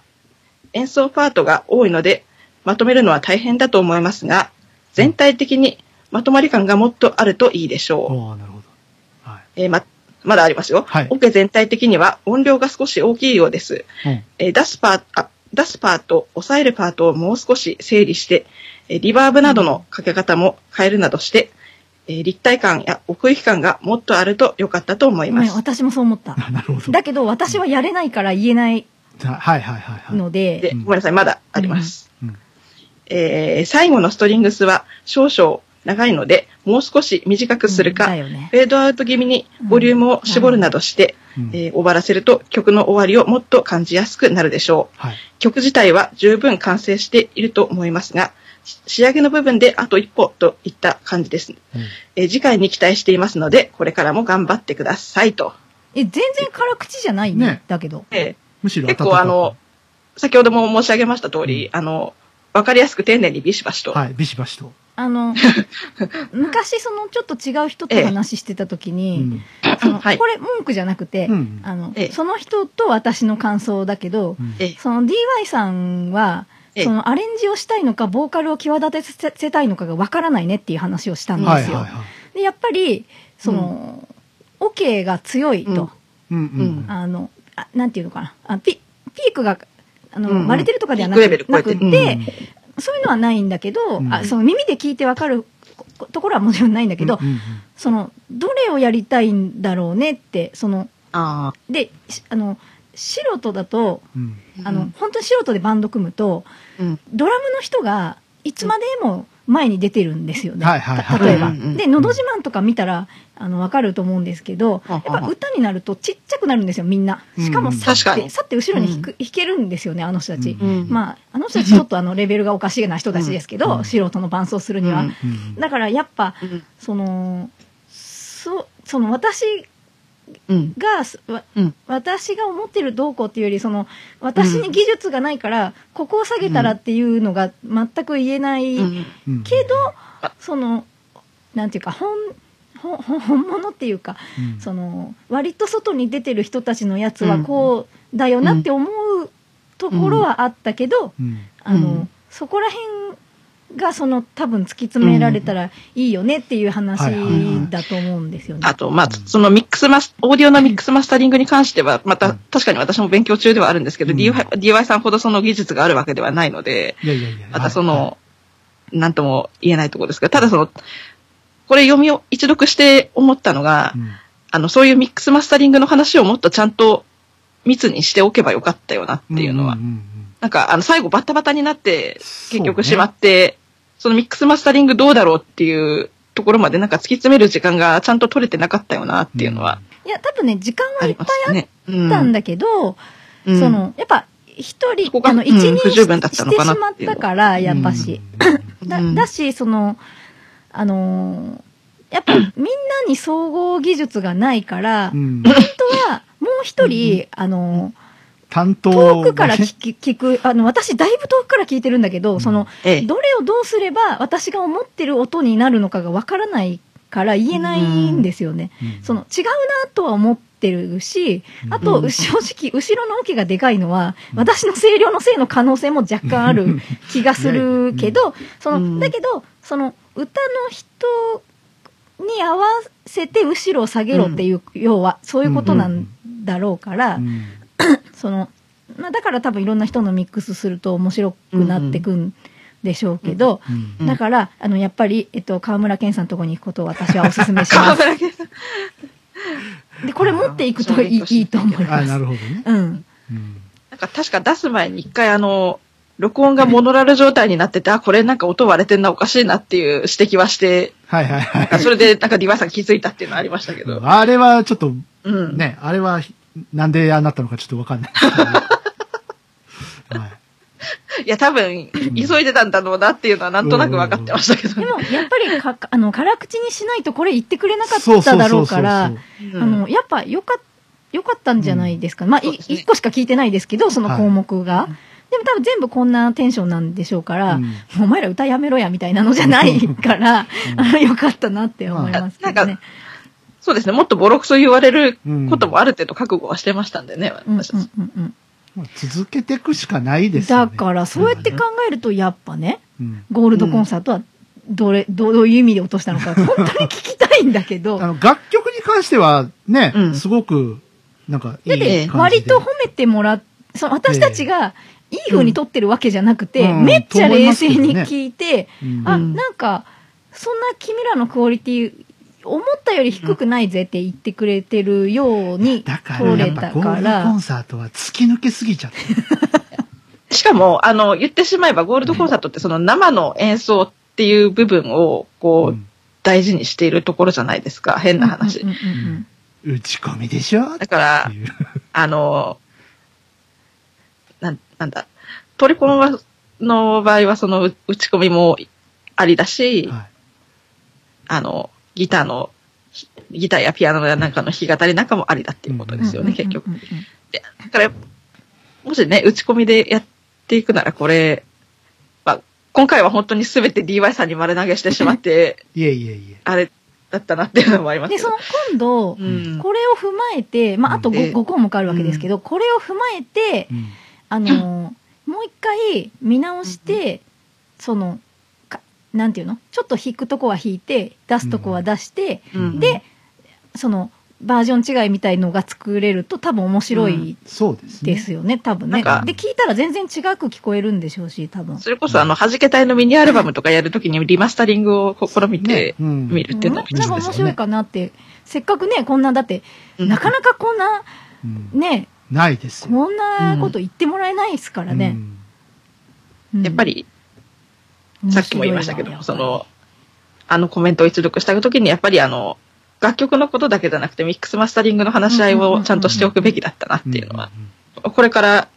[SPEAKER 3] 演奏パートが多いので、まとめるのは大変だと思いますが、全体的にまとまり感がもっとあるといいでしょう。
[SPEAKER 1] おーなるほど。は
[SPEAKER 3] えーま、まだありますよ。
[SPEAKER 1] はい
[SPEAKER 3] オケ全体的には音量が少し大きいようです。
[SPEAKER 1] い。うん。
[SPEAKER 3] えー出すパート、あ出すパート、抑えるパートをもう少し整理して、えーリバーブなどのかけ方も変えるなどして、えー立体感や奥行き感がもっとあると良かったと思い
[SPEAKER 2] ご
[SPEAKER 3] ま
[SPEAKER 2] めん、
[SPEAKER 3] す。
[SPEAKER 2] 私もそう思 っ た。
[SPEAKER 1] あなるほど。
[SPEAKER 2] だけど、私はやれないから言えない
[SPEAKER 1] だはいはいはいはい。
[SPEAKER 2] ので、
[SPEAKER 3] で、
[SPEAKER 1] うん
[SPEAKER 3] ごめんなさい、まだあります。
[SPEAKER 1] うん
[SPEAKER 3] えー最後のストリングスは少々長いので、もう少し短くするか、
[SPEAKER 2] だよね
[SPEAKER 3] フ。ェードアウト気味にボリュームを絞るなどして、
[SPEAKER 1] うん
[SPEAKER 3] えー終わらせると曲の終わりをもっと感じやすくなるでしょう。
[SPEAKER 1] はい。
[SPEAKER 3] 曲自体は十分完成していると思いますが、し仕上げの部分であと一歩といった感じです。
[SPEAKER 1] うん
[SPEAKER 3] えー次回に期待していますので、これからも頑張ってくださいと。
[SPEAKER 2] え、全然辛口じゃないね
[SPEAKER 1] ね。
[SPEAKER 2] だけど。
[SPEAKER 3] え
[SPEAKER 1] むし
[SPEAKER 3] ー
[SPEAKER 1] ろ
[SPEAKER 3] 結
[SPEAKER 1] 温か
[SPEAKER 3] 構
[SPEAKER 1] く
[SPEAKER 3] あの、、先ほども申し上げました通り、あの、わかりやすく丁寧にビシバシと。
[SPEAKER 1] はい、ビシバシと。
[SPEAKER 2] あの、昔そのちょっと違う人と話してた時
[SPEAKER 1] う
[SPEAKER 2] に、
[SPEAKER 1] ん。
[SPEAKER 2] その
[SPEAKER 3] はい
[SPEAKER 2] これ文句じゃなくて、
[SPEAKER 1] うん
[SPEAKER 2] あの、
[SPEAKER 3] ええ
[SPEAKER 2] その人と私の感想だけど
[SPEAKER 1] う、ん
[SPEAKER 3] えー
[SPEAKER 2] その DY さんは、
[SPEAKER 3] ええ
[SPEAKER 2] そのアレンジをしたいのか、ボーカルを際立てせたいのかがわからないねっていう話をしたんで
[SPEAKER 1] はい
[SPEAKER 2] す
[SPEAKER 1] はい
[SPEAKER 2] よ。
[SPEAKER 1] はい。
[SPEAKER 2] で、やっぱり、その、オケが強いと、
[SPEAKER 1] うんうん。
[SPEAKER 2] あの、あなんていうのかな、あピピークが、あの、
[SPEAKER 3] うんうん
[SPEAKER 2] 割れてるとかではな
[SPEAKER 3] ピークレベ
[SPEAKER 2] く
[SPEAKER 3] ル超
[SPEAKER 2] な
[SPEAKER 3] えて
[SPEAKER 2] く
[SPEAKER 3] る
[SPEAKER 1] うん
[SPEAKER 2] て、そういうのはないんだけど、
[SPEAKER 1] うん
[SPEAKER 2] あその耳で聞いてわかるここところはもちろんないんだけど、
[SPEAKER 1] うんうん
[SPEAKER 2] その、どれをやりたいんだろうねって、その、
[SPEAKER 3] ああ、
[SPEAKER 2] で、しあの、素人だと、
[SPEAKER 1] うん。
[SPEAKER 2] あの、本当に素人でバンド組むと、
[SPEAKER 3] うん
[SPEAKER 2] ドラムの人がいつまでも前に出てるんですよね。
[SPEAKER 1] はいはいはい
[SPEAKER 2] た例えば。
[SPEAKER 3] うんうんうん
[SPEAKER 2] で、のど自慢とか見たら、あの、わかると思うんですけど、やっぱ歌になるとちっちゃくなるんですよ、みんな。しかもさ
[SPEAKER 3] う
[SPEAKER 2] っ
[SPEAKER 3] ん確か
[SPEAKER 2] て、
[SPEAKER 3] に
[SPEAKER 2] さって後ろに引く、引けるんですよね、あの人たち。
[SPEAKER 1] うん
[SPEAKER 2] まあ、あの 人たちちょっとあの、レベルがおかしげな人たちですけど、
[SPEAKER 1] うん
[SPEAKER 2] 素人の伴奏するには。
[SPEAKER 3] うん
[SPEAKER 1] うん
[SPEAKER 2] だからやっぱ、
[SPEAKER 3] うん
[SPEAKER 2] その、そ、その私
[SPEAKER 3] うん
[SPEAKER 2] が、すわ
[SPEAKER 3] うん
[SPEAKER 2] 私が思ってるどうこうっていうより、その、私に技術がないから、ここを下げたらっていうのが全く言えない、
[SPEAKER 3] うん
[SPEAKER 1] うん
[SPEAKER 2] けど、その、なんていうか、本、本本本物っていうか、
[SPEAKER 1] うん
[SPEAKER 2] その、割と外に出てる人たちのやつはこうだよなって思うところはあったけど、
[SPEAKER 1] うん
[SPEAKER 2] あの、
[SPEAKER 3] うん
[SPEAKER 2] そこら辺がその多分突き詰められたらいいよねっていう話
[SPEAKER 1] はいはい
[SPEAKER 3] はい
[SPEAKER 2] だと思うんですよね。
[SPEAKER 3] あと、まあ、そのミックスマス、オーディオのミックスマスタリングに関しては、ま
[SPEAKER 1] う
[SPEAKER 3] た
[SPEAKER 1] ん、
[SPEAKER 3] 確かに私も勉強中ではあるんですけど、
[SPEAKER 1] うん
[SPEAKER 3] DY, DY さんほどその技術があるわけではないので、
[SPEAKER 1] いやいやいや。
[SPEAKER 3] またその、
[SPEAKER 1] は
[SPEAKER 3] なんとも言えないところですけど、ただその、これ読みを一読して思ったのが、
[SPEAKER 1] い、うん
[SPEAKER 3] あの、そういうミックスマスタリングの話をもっとちゃんと密にしておけばよかったよなっていうのは、
[SPEAKER 1] んんん
[SPEAKER 3] なんか、あの、最後バッタバタになって、結
[SPEAKER 1] そうね
[SPEAKER 3] 局しまって、そのミックスマスタリングどうだろうっていうところまでなんか突き詰める時間がちゃんと取れてなかったよなっていうのは、
[SPEAKER 2] いや、多分ね、時間
[SPEAKER 3] あ
[SPEAKER 2] はいっ
[SPEAKER 3] り
[SPEAKER 2] ぱ
[SPEAKER 3] ま
[SPEAKER 2] い
[SPEAKER 3] すね。
[SPEAKER 2] あ
[SPEAKER 3] う
[SPEAKER 2] ったんだけど、
[SPEAKER 3] うん
[SPEAKER 2] その、やっぱ、一人
[SPEAKER 3] そこ、が
[SPEAKER 2] あの、
[SPEAKER 3] うん
[SPEAKER 2] 一人
[SPEAKER 3] 不十分だった
[SPEAKER 2] し
[SPEAKER 3] の
[SPEAKER 2] て
[SPEAKER 3] か
[SPEAKER 2] し
[SPEAKER 3] な
[SPEAKER 2] まっ
[SPEAKER 3] っていう
[SPEAKER 2] たから、やっぱし。だ
[SPEAKER 3] うん
[SPEAKER 2] だし、その、あのーやっぱみんなに総合技術がないから、
[SPEAKER 1] う
[SPEAKER 2] 本
[SPEAKER 1] ん
[SPEAKER 2] 当はもう一人、あの
[SPEAKER 1] 担
[SPEAKER 2] ー
[SPEAKER 1] 当
[SPEAKER 2] 遠くから
[SPEAKER 1] がね
[SPEAKER 2] 聞き聞く、あの、私だいぶ遠くから聞いてるんだけど、その、
[SPEAKER 3] ええ
[SPEAKER 2] どれをどうすれば私が思ってる音になるのかがわからないから言えないんですよね。
[SPEAKER 1] うん
[SPEAKER 2] その、違うなとは思ってるし、あと、
[SPEAKER 3] うん
[SPEAKER 2] 正直、後ろの音がでかいのは、私の声量のせいの可能性も若干ある気がするけど、そ
[SPEAKER 3] うん
[SPEAKER 2] の、だけど、その、歌の人に合わせて後ろを下げろっていう、要は、そういうことなんだろうから、
[SPEAKER 1] うん
[SPEAKER 2] その、まあ、だから多分いろんな人のミックスすると面白くなってくんでしょうけど、
[SPEAKER 1] うん
[SPEAKER 3] うん
[SPEAKER 2] だから、あの、やっぱり、えっと、河村健さんのとこに行くことを私はお勧め し
[SPEAKER 3] 河
[SPEAKER 2] ま
[SPEAKER 3] 村健さん
[SPEAKER 2] す。で、これ持っていくといいいいと思い
[SPEAKER 1] あ
[SPEAKER 2] ま
[SPEAKER 1] な
[SPEAKER 2] す
[SPEAKER 1] る。ほどね。
[SPEAKER 2] うん。
[SPEAKER 1] うん
[SPEAKER 3] なんか確か出す前に一回あの、録音がモノラル状態になってて、あ、これなんか音割れてんなおかしいなっていう指摘はして、
[SPEAKER 1] はいはい
[SPEAKER 3] なん
[SPEAKER 1] は
[SPEAKER 3] かそれでなんかリバさん気づいたっていうのはありましたけ
[SPEAKER 1] い。
[SPEAKER 3] ど。
[SPEAKER 1] あれはちょっと、
[SPEAKER 3] うん。
[SPEAKER 1] ね、あれは、なんでああなったのかちょっとわかんないですけど。はい
[SPEAKER 3] いや、多分、急いでたんだろうなっていうのはなんとなく分かってましたけど、
[SPEAKER 2] でも、やっぱりか、あの、辛口にしないとこれ言ってくれなか
[SPEAKER 1] そう
[SPEAKER 2] っ
[SPEAKER 1] そ
[SPEAKER 2] た
[SPEAKER 1] う
[SPEAKER 2] だ
[SPEAKER 1] そ
[SPEAKER 2] ろ
[SPEAKER 1] う
[SPEAKER 2] う
[SPEAKER 1] そ
[SPEAKER 2] か
[SPEAKER 1] う。
[SPEAKER 2] ら、
[SPEAKER 3] うん
[SPEAKER 2] あの、やっぱよかっ、よかったんじゃないですか。まあ、
[SPEAKER 3] そう
[SPEAKER 2] い
[SPEAKER 3] ですね
[SPEAKER 2] 一個しか聞いてないですけど、その
[SPEAKER 1] はい
[SPEAKER 2] 項目が。でも多分全部こんなテンションなんでしょうから、
[SPEAKER 1] うん
[SPEAKER 2] もうお前ら歌やめろやみたいなのじゃないから、
[SPEAKER 1] うん
[SPEAKER 2] あのよかったなって思いますけど
[SPEAKER 3] なん
[SPEAKER 2] ね
[SPEAKER 3] か。そうですね、もっとボロクソ言われることもある程度覚悟はしてましたんでね、
[SPEAKER 2] うんうん
[SPEAKER 3] 私たち。
[SPEAKER 2] うんうん
[SPEAKER 1] まあ続けていくしかないですよ
[SPEAKER 2] だ
[SPEAKER 1] ね。
[SPEAKER 2] から、そうやって考えると、やっぱね、
[SPEAKER 1] うん
[SPEAKER 2] ゴールドコンサートは、どれ、 どういう意味で落としたの か、本当に聞きたいんだけど。
[SPEAKER 1] あの、楽曲に関しては、ね
[SPEAKER 3] う、ん
[SPEAKER 1] すごく、なんか、いい感じ
[SPEAKER 3] だっ
[SPEAKER 1] で。
[SPEAKER 3] て
[SPEAKER 2] 割と褒めてもらっその私たちがいい風に撮ってるわけじゃなくて、
[SPEAKER 1] うん
[SPEAKER 2] めっちゃ冷静に聞いて、
[SPEAKER 1] うん
[SPEAKER 2] あ、
[SPEAKER 3] うん
[SPEAKER 2] なんか、そんな君らのクオリティ、思ったより低くないぜって言ってくれてるように
[SPEAKER 1] だか
[SPEAKER 2] 撮
[SPEAKER 1] ら、
[SPEAKER 2] れ
[SPEAKER 1] やっぱ
[SPEAKER 2] た
[SPEAKER 1] ゴ
[SPEAKER 2] か
[SPEAKER 1] ールドコ
[SPEAKER 2] ら
[SPEAKER 1] ン、サートは突き抜けすぎちゃって。
[SPEAKER 3] しかも、あの、言ってしまえばゴールドコンサートってその生の演奏っていう部分を、こう、大事にしているところじゃないですか、変な話。
[SPEAKER 2] うんうんうん
[SPEAKER 1] うん打ち込みでしょっ
[SPEAKER 3] だから
[SPEAKER 1] て、いう。
[SPEAKER 3] あの、なん、なんだ、トリコンは、の場合はその打ち込みもありだし、
[SPEAKER 1] は
[SPEAKER 3] あの、ギターの、ひギターやピアノやなんかの弾き語りなんかもありだっていうこと
[SPEAKER 2] うん
[SPEAKER 3] ですよね、結
[SPEAKER 2] う
[SPEAKER 3] 局
[SPEAKER 2] ん。うんうん
[SPEAKER 3] でだから、もしね、打ち込みでやっていくならこれ、まあ、今回は本当に全て DY さんに丸投げしてしまって、
[SPEAKER 1] い。いえいえいえ。
[SPEAKER 3] あれだったなっていうのもあります
[SPEAKER 2] で、
[SPEAKER 3] けど
[SPEAKER 2] その今度、
[SPEAKER 3] うん
[SPEAKER 2] これを踏まえて、まあ、あと 5,
[SPEAKER 3] うん
[SPEAKER 2] 5項目あるわけですけど、これを踏まえて
[SPEAKER 1] う、ん
[SPEAKER 2] あのー もう一回見直して、その、かなんていうのちょっと弾くとこは弾いて、出すとこは出して、
[SPEAKER 3] うん
[SPEAKER 2] で、その、バージョン違いみたいのが作れると多分面白い
[SPEAKER 1] そうですね。
[SPEAKER 2] ですよね、多分ね。
[SPEAKER 3] なんか
[SPEAKER 2] で、聞いたら全然違く聞こえるんでしょうし、多分。
[SPEAKER 3] それこそあの、弾け隊のミニアルバムとかやるときにリマスタリングを試みて
[SPEAKER 1] ねうん
[SPEAKER 3] みるっていうのは
[SPEAKER 2] うんなんか面白いかなって、せっかくね、こんな、だって、
[SPEAKER 3] うん
[SPEAKER 2] なかなかこんな、
[SPEAKER 1] うん
[SPEAKER 2] ね、
[SPEAKER 1] ないですよ。
[SPEAKER 2] こんなこと言ってもらえないですから
[SPEAKER 1] う
[SPEAKER 2] ね。
[SPEAKER 1] ん
[SPEAKER 2] うん
[SPEAKER 3] やっぱ、り、
[SPEAKER 2] 面白いわ
[SPEAKER 3] さっきも言いましたけ
[SPEAKER 2] やっ
[SPEAKER 3] ど、
[SPEAKER 2] ぱ
[SPEAKER 3] その、あのコメントを出力したときに、やっぱりあの、楽曲のことだけじゃなくて、ミックスマスタリングの話し合いをちゃんとしておくべきだったなっていうのは、
[SPEAKER 1] んん
[SPEAKER 3] これから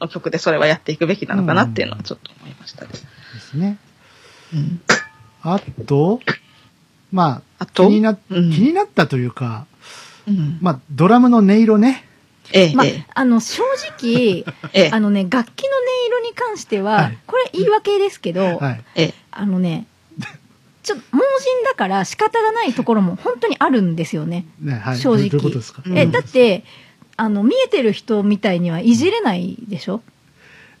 [SPEAKER 3] の曲でそれはやっていくべきなのかなっていうのはちょっと思いましたね。
[SPEAKER 1] うんですね。
[SPEAKER 3] うん
[SPEAKER 1] あと、まあ、
[SPEAKER 3] あと
[SPEAKER 1] 気にな、
[SPEAKER 3] うん
[SPEAKER 1] 気になったというか、
[SPEAKER 3] うん
[SPEAKER 1] まあ、ドラムの音色ね。
[SPEAKER 3] ええ、
[SPEAKER 2] まあ
[SPEAKER 3] え、
[SPEAKER 2] あの、正 直、
[SPEAKER 3] え、え
[SPEAKER 2] あのね、楽器の音色に関しては、
[SPEAKER 1] はい
[SPEAKER 2] これ言い訳ですけど、
[SPEAKER 1] はい。
[SPEAKER 3] え、え
[SPEAKER 2] あのね、ちょっと、盲人だから仕方がないところも本当にあるんですよね。
[SPEAKER 1] ねはい、
[SPEAKER 2] 正直
[SPEAKER 1] どういうことですか、
[SPEAKER 3] うん
[SPEAKER 2] え、だって、あの、見えてる人みたいにはいじれないでしょ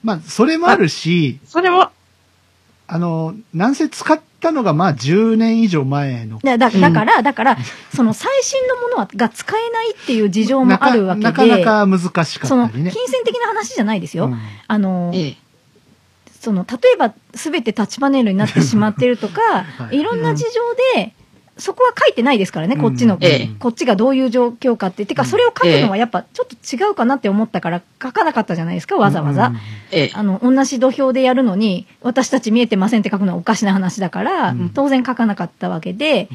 [SPEAKER 1] まあ、それもあるし、
[SPEAKER 3] それも、
[SPEAKER 1] あの、なんせ使ったのが、まあ、10年以上前の。
[SPEAKER 2] だだ
[SPEAKER 3] うん
[SPEAKER 2] だから、だから、その最新のものはが使えないっていう事情
[SPEAKER 1] な
[SPEAKER 2] も
[SPEAKER 1] か
[SPEAKER 2] あるわけで、
[SPEAKER 1] なかなか難し
[SPEAKER 2] そ
[SPEAKER 1] か
[SPEAKER 2] の、
[SPEAKER 1] ったりね
[SPEAKER 2] 金。銭的な話じゃないですよ。
[SPEAKER 1] うん
[SPEAKER 2] あの、
[SPEAKER 3] ええ、
[SPEAKER 2] その、例えば全てタッチパネルになってしまってるとか、
[SPEAKER 1] い
[SPEAKER 2] い、ろんな事情で、そこは書いてないですからね、こっちの、
[SPEAKER 1] うん
[SPEAKER 3] ええ
[SPEAKER 2] こっちがどういう状況かって。てか、それを書くのはやっぱちょっと違うかなって思ったから書かなかったじゃないですか、わざわざ。
[SPEAKER 1] うん
[SPEAKER 3] ええ、
[SPEAKER 2] あの、同じ土俵でやるのに、私たち見えてませんって書くのはおかしな話だから、
[SPEAKER 1] うん
[SPEAKER 2] 当然書かなかったわけで、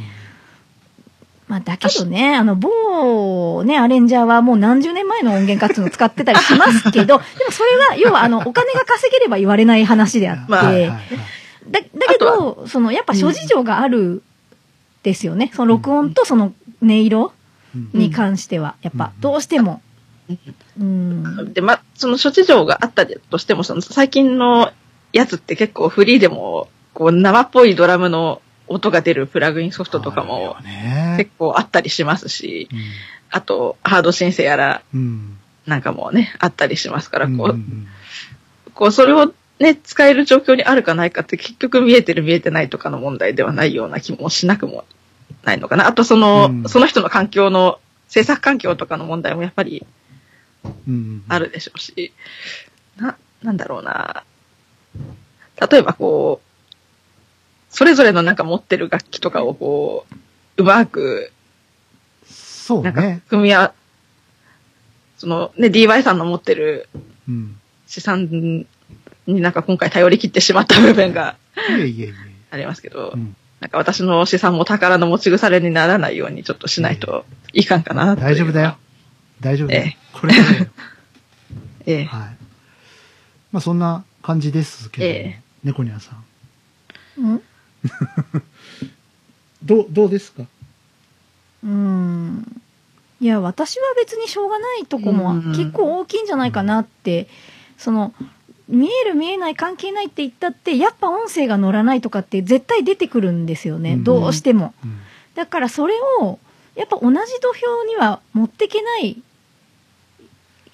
[SPEAKER 2] まあ、だけどね、あの、某ね、アレンジャーはもう何十年前の音源活動を使ってたりしま すけど、でもそれは、要はあの、お金が稼げれば言われない話であ って、
[SPEAKER 3] まあ
[SPEAKER 1] は
[SPEAKER 3] はい
[SPEAKER 1] は
[SPEAKER 3] い
[SPEAKER 1] いはい
[SPEAKER 2] だだけど、その、やっぱ諸事情があるですよね。その録音とその音色
[SPEAKER 1] うん
[SPEAKER 2] に関しては、やっぱ、どうしても。うん。
[SPEAKER 3] で、ま、その諸事情があったとしても、その最近のやつって結構フリーでも、こう生っぽいドラムの音が出るプラグインソフトとかも
[SPEAKER 1] あるよね
[SPEAKER 3] 結構あったりしますし、あとハード申請やら
[SPEAKER 1] うん。
[SPEAKER 3] なんかもね、あったりしますから、
[SPEAKER 1] うん
[SPEAKER 3] こ
[SPEAKER 1] うん
[SPEAKER 3] う、こうそれをね、使える状況にあるかないかって結局見えてる見えてないとかの問題ではないような気もしなくもないのかな。あとその、
[SPEAKER 1] うん
[SPEAKER 3] その人の環境の、制作環境とかの問題もやっぱり
[SPEAKER 1] うん
[SPEAKER 3] あるでしょうし、な、なんだろうな。例えばこう、それぞれのなんか持ってる楽器とかをこう、うまく、
[SPEAKER 1] そう
[SPEAKER 3] なんか
[SPEAKER 1] ね。、
[SPEAKER 3] 組み合わ、そのね、DY さんの持ってる
[SPEAKER 1] うん。
[SPEAKER 3] 資産になんか今回頼り切ってしまった部分が
[SPEAKER 1] いえいえいえ。
[SPEAKER 3] ありますけど、
[SPEAKER 1] うん
[SPEAKER 3] なんか私の資産も宝の持ち腐れにならないようにちょっとしないといかんかなという
[SPEAKER 1] 大丈夫だよ。。大丈夫だよ
[SPEAKER 3] え。
[SPEAKER 1] これからだよ
[SPEAKER 3] ええ。
[SPEAKER 1] はい。まあ、そんな感じですけど
[SPEAKER 3] え
[SPEAKER 1] ね、猫ニャンさん。
[SPEAKER 2] うん
[SPEAKER 1] どう、どうですか
[SPEAKER 2] うん。いや、私は別にしょうがないとこも
[SPEAKER 3] うん
[SPEAKER 2] 結構大きいんじゃないかなって、その、見える見えない関係ないって言ったって、やっぱ音声が乗らないとかって絶対出てくるんですよ
[SPEAKER 1] う
[SPEAKER 2] ね。
[SPEAKER 1] ん
[SPEAKER 2] どうしても。
[SPEAKER 1] うん
[SPEAKER 2] だからそれを、やっぱ同じ土俵には持ってけない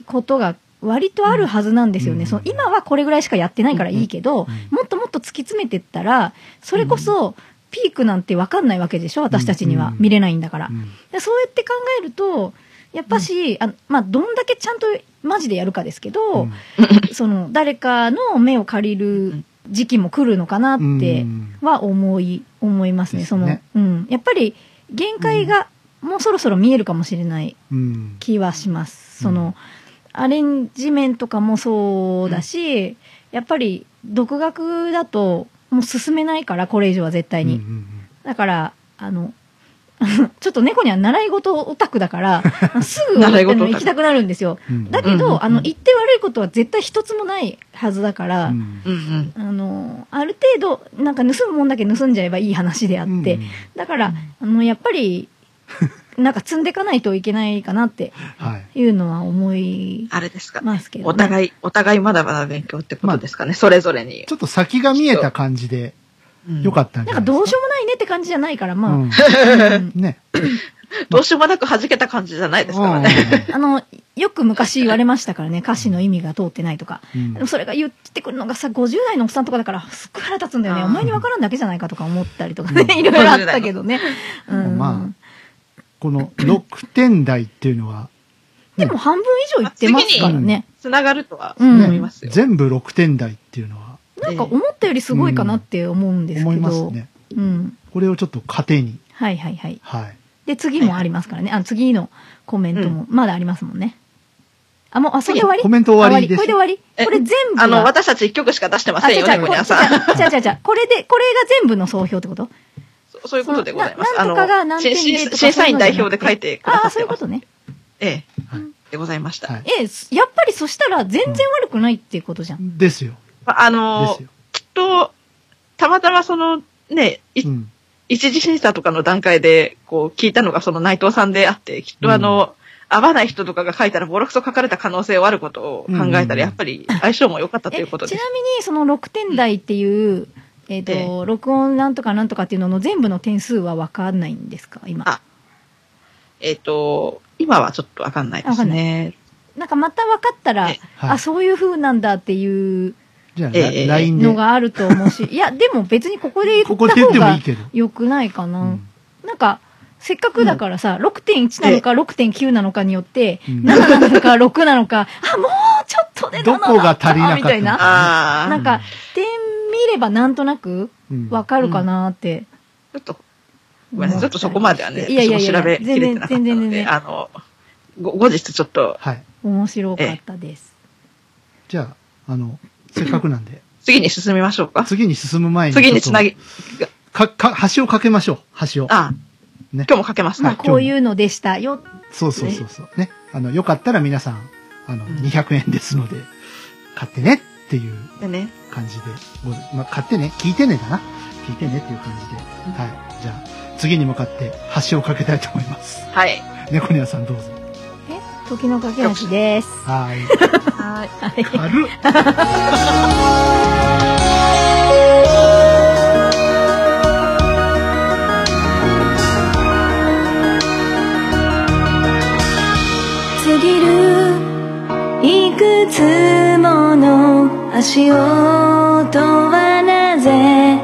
[SPEAKER 2] ことが割とあるはずなんですよね。
[SPEAKER 1] うん
[SPEAKER 2] その今はこれぐらいしかやってないからいいけ
[SPEAKER 1] う
[SPEAKER 2] ど、
[SPEAKER 1] ん
[SPEAKER 2] もっともっと突き詰めてったら、それこそピークなんてわかんないわけでしょ私たちには
[SPEAKER 1] うん
[SPEAKER 2] 見れないんだから
[SPEAKER 1] う。ん
[SPEAKER 2] でそうやって考えると、やっぱし、あまあ、どんだけちゃんとマジでやるかですけど、
[SPEAKER 1] うん
[SPEAKER 2] その、誰かの目を借りる時期も来るのかなって
[SPEAKER 1] うん
[SPEAKER 2] は思い、思いますね。
[SPEAKER 1] です
[SPEAKER 2] そ
[SPEAKER 1] よ
[SPEAKER 2] の、
[SPEAKER 1] ね
[SPEAKER 2] うん。やっぱり、限界がもうそろそろ見えるかもしれない
[SPEAKER 1] うん。
[SPEAKER 2] 気はします。その、アレンジメントとかもそうだし、やっぱり、独学だと、もう進めないから、これ以上は絶対に。
[SPEAKER 1] うんうんうん
[SPEAKER 2] だから、あの、 ちょっと猫には習い事オタクだ から、すぐあの
[SPEAKER 3] 習い事オタク
[SPEAKER 2] 行きたくなるんですよ。
[SPEAKER 1] うん
[SPEAKER 2] だけ
[SPEAKER 3] うんうんう
[SPEAKER 2] ど、
[SPEAKER 3] ん
[SPEAKER 2] あの、言って悪いことは絶対一つもないはずだから、
[SPEAKER 1] うん
[SPEAKER 3] うんうん。
[SPEAKER 2] あの、ある程度、なんか盗むもんだけ盗んじゃえばいい話であって、
[SPEAKER 1] うん
[SPEAKER 2] だから、あの、やっぱり、なんか積んでいかないといけないかなって
[SPEAKER 1] はい。
[SPEAKER 2] いうのは思い
[SPEAKER 3] あれですかね。
[SPEAKER 2] ますけど、ね。
[SPEAKER 3] お互い、お互いまだまだ勉強ってことですかね、それぞれに
[SPEAKER 1] ち。ょっと先が見えた感じで、よか
[SPEAKER 3] っ
[SPEAKER 1] ったんじ
[SPEAKER 2] な
[SPEAKER 1] ゃ
[SPEAKER 2] ん
[SPEAKER 1] ないで
[SPEAKER 2] か
[SPEAKER 1] す
[SPEAKER 2] どうしようもないねって感じじゃないから、まあ、
[SPEAKER 1] うん
[SPEAKER 2] うん
[SPEAKER 1] ね。
[SPEAKER 3] た。どうしようもなく弾けた感じじゃないですからね。
[SPEAKER 2] あの、よく昔言われましたからね、歌詞の意味が通ってないとか。
[SPEAKER 1] うん
[SPEAKER 2] でもそれが言ってくるのがさ、50代のおっさんとかだから、すっごい腹立つんだよね。
[SPEAKER 3] あー
[SPEAKER 2] お前に分からんだけじゃないかとか思ったりとかね、いろいろあったけどね。うん。
[SPEAKER 1] まこの6点台っていうのは、
[SPEAKER 2] でも半分以上言ってますからね。
[SPEAKER 3] つながるとは
[SPEAKER 2] うん
[SPEAKER 3] 思いますよ。
[SPEAKER 1] 全部6点台っていうのは
[SPEAKER 2] なんか思ったよりすごいかなって思うんですけど。
[SPEAKER 1] 思いますね。
[SPEAKER 2] うん。
[SPEAKER 1] これをちょっと糧に、
[SPEAKER 2] はいはいはい。
[SPEAKER 1] はい。
[SPEAKER 2] で、次もありますからね。あ、次のコメントもまだありますもんね。あ、もう、あ、それで終わり
[SPEAKER 1] コメント終わりです
[SPEAKER 2] これで終わり
[SPEAKER 3] え
[SPEAKER 2] これ全部。
[SPEAKER 3] あの、、私たち一曲しか出してま
[SPEAKER 2] あ、
[SPEAKER 3] せん
[SPEAKER 2] 違う
[SPEAKER 3] よ
[SPEAKER 2] 違
[SPEAKER 3] ね、
[SPEAKER 2] う、
[SPEAKER 3] 猫
[SPEAKER 2] こ
[SPEAKER 3] ニ
[SPEAKER 2] れ違
[SPEAKER 3] ャンさん。
[SPEAKER 2] う違う違う違うこれで、これが全部の総評ってこと
[SPEAKER 3] そそういうことでございま
[SPEAKER 2] そ
[SPEAKER 3] す。
[SPEAKER 2] のなな
[SPEAKER 3] あ
[SPEAKER 2] んとかが
[SPEAKER 3] の、
[SPEAKER 2] 何点
[SPEAKER 3] 審
[SPEAKER 2] で
[SPEAKER 3] 審
[SPEAKER 2] とか
[SPEAKER 3] 審査員代表で
[SPEAKER 2] そうい
[SPEAKER 3] 書
[SPEAKER 2] うのじゃなくて
[SPEAKER 3] いてくだ
[SPEAKER 2] あ
[SPEAKER 3] さ
[SPEAKER 2] あ、
[SPEAKER 3] っ
[SPEAKER 2] そういう
[SPEAKER 3] て
[SPEAKER 2] こ
[SPEAKER 3] ます。
[SPEAKER 2] とね。
[SPEAKER 3] え
[SPEAKER 1] はい
[SPEAKER 3] え、でございました。
[SPEAKER 1] はい
[SPEAKER 2] ええ、すやっぱりそしたら全然悪くないっていうことじゃん。
[SPEAKER 1] ですよ。
[SPEAKER 3] まああ
[SPEAKER 1] で
[SPEAKER 3] の
[SPEAKER 1] す、よ。
[SPEAKER 3] きっと、たまたまその、ね、い
[SPEAKER 1] うん。
[SPEAKER 3] 一次審査とかの段階で、こう、聞いたのがその内藤さんであって、きっ
[SPEAKER 1] うん
[SPEAKER 3] とあの、合わない人とかが書いたらボロクソ書かれた可能性はあることを考えた
[SPEAKER 1] うん
[SPEAKER 3] ら、やっぱり相性も良かったということ
[SPEAKER 2] えち
[SPEAKER 3] で
[SPEAKER 2] な
[SPEAKER 3] す。
[SPEAKER 2] みにその6点台っていう、えっと
[SPEAKER 3] え
[SPEAKER 2] 録音なんとかなんとかっていうのの全部の点数は分かんないんですか今
[SPEAKER 3] あえっと、今はちょっとわかんないで
[SPEAKER 2] わか
[SPEAKER 3] す
[SPEAKER 2] んな
[SPEAKER 3] ね。
[SPEAKER 2] なんかまた分かったら、
[SPEAKER 3] え
[SPEAKER 1] はい
[SPEAKER 2] あそういう風なんだっていう
[SPEAKER 1] じゃあ、
[SPEAKER 3] ええええ
[SPEAKER 1] LINE で
[SPEAKER 2] の。があると思うし、いやでも別にここで言
[SPEAKER 1] こ
[SPEAKER 2] っ
[SPEAKER 1] こで
[SPEAKER 2] た
[SPEAKER 1] 言っ
[SPEAKER 2] 方
[SPEAKER 1] てもい
[SPEAKER 2] が
[SPEAKER 1] いけど。
[SPEAKER 2] 良くないか
[SPEAKER 1] う
[SPEAKER 2] な、
[SPEAKER 1] ん
[SPEAKER 2] なんかせっかくだからさ、6.1なのか6.9なのかによって、
[SPEAKER 1] うん
[SPEAKER 2] 7なのか6なのかあもうちょっとで7だ
[SPEAKER 1] ど
[SPEAKER 2] った
[SPEAKER 1] こが足りなかったのか
[SPEAKER 2] みたいな
[SPEAKER 3] ああ
[SPEAKER 2] な。んか点見ればなんとなく
[SPEAKER 1] うん
[SPEAKER 2] 分かるかなって、
[SPEAKER 3] ちょっと、ごめんなさい。ちょっとそこまではね、
[SPEAKER 2] いやいやい
[SPEAKER 3] 私
[SPEAKER 2] や
[SPEAKER 3] も調べきれてなかった
[SPEAKER 2] 全然全然全
[SPEAKER 3] ので、
[SPEAKER 2] 然
[SPEAKER 3] あの、ご後日ちょっと、
[SPEAKER 1] はい。
[SPEAKER 2] 面白かったです。
[SPEAKER 1] じゃあ、あの、せっかくなんで、
[SPEAKER 3] 次に進みましょうか。
[SPEAKER 1] 次に進む前に。
[SPEAKER 3] 次につなぎ、
[SPEAKER 1] か、か、橋をかけましょう。橋を。
[SPEAKER 3] あ、
[SPEAKER 1] ね
[SPEAKER 3] 今日もかけます。
[SPEAKER 2] ま
[SPEAKER 3] は
[SPEAKER 2] あ
[SPEAKER 3] い。
[SPEAKER 2] こういうのでしたよ。
[SPEAKER 1] そうそうそうそう。ね。あの、よかったら皆さん、あの、200円ですので、買ってねっていう
[SPEAKER 3] でね、
[SPEAKER 1] 感じでござ、まあ、買ってね、聞いてねだな。聞いてねっていう感じで。はい。じゃあ、次に向かって橋をかけたいと思います。
[SPEAKER 3] はい。
[SPEAKER 1] 猫ニャンさんどうぞ。
[SPEAKER 2] え時の駆け橋です。
[SPEAKER 1] はーい。
[SPEAKER 3] はい。
[SPEAKER 1] 軽っ。
[SPEAKER 4] 過ぎるいくつもの足音はなぜ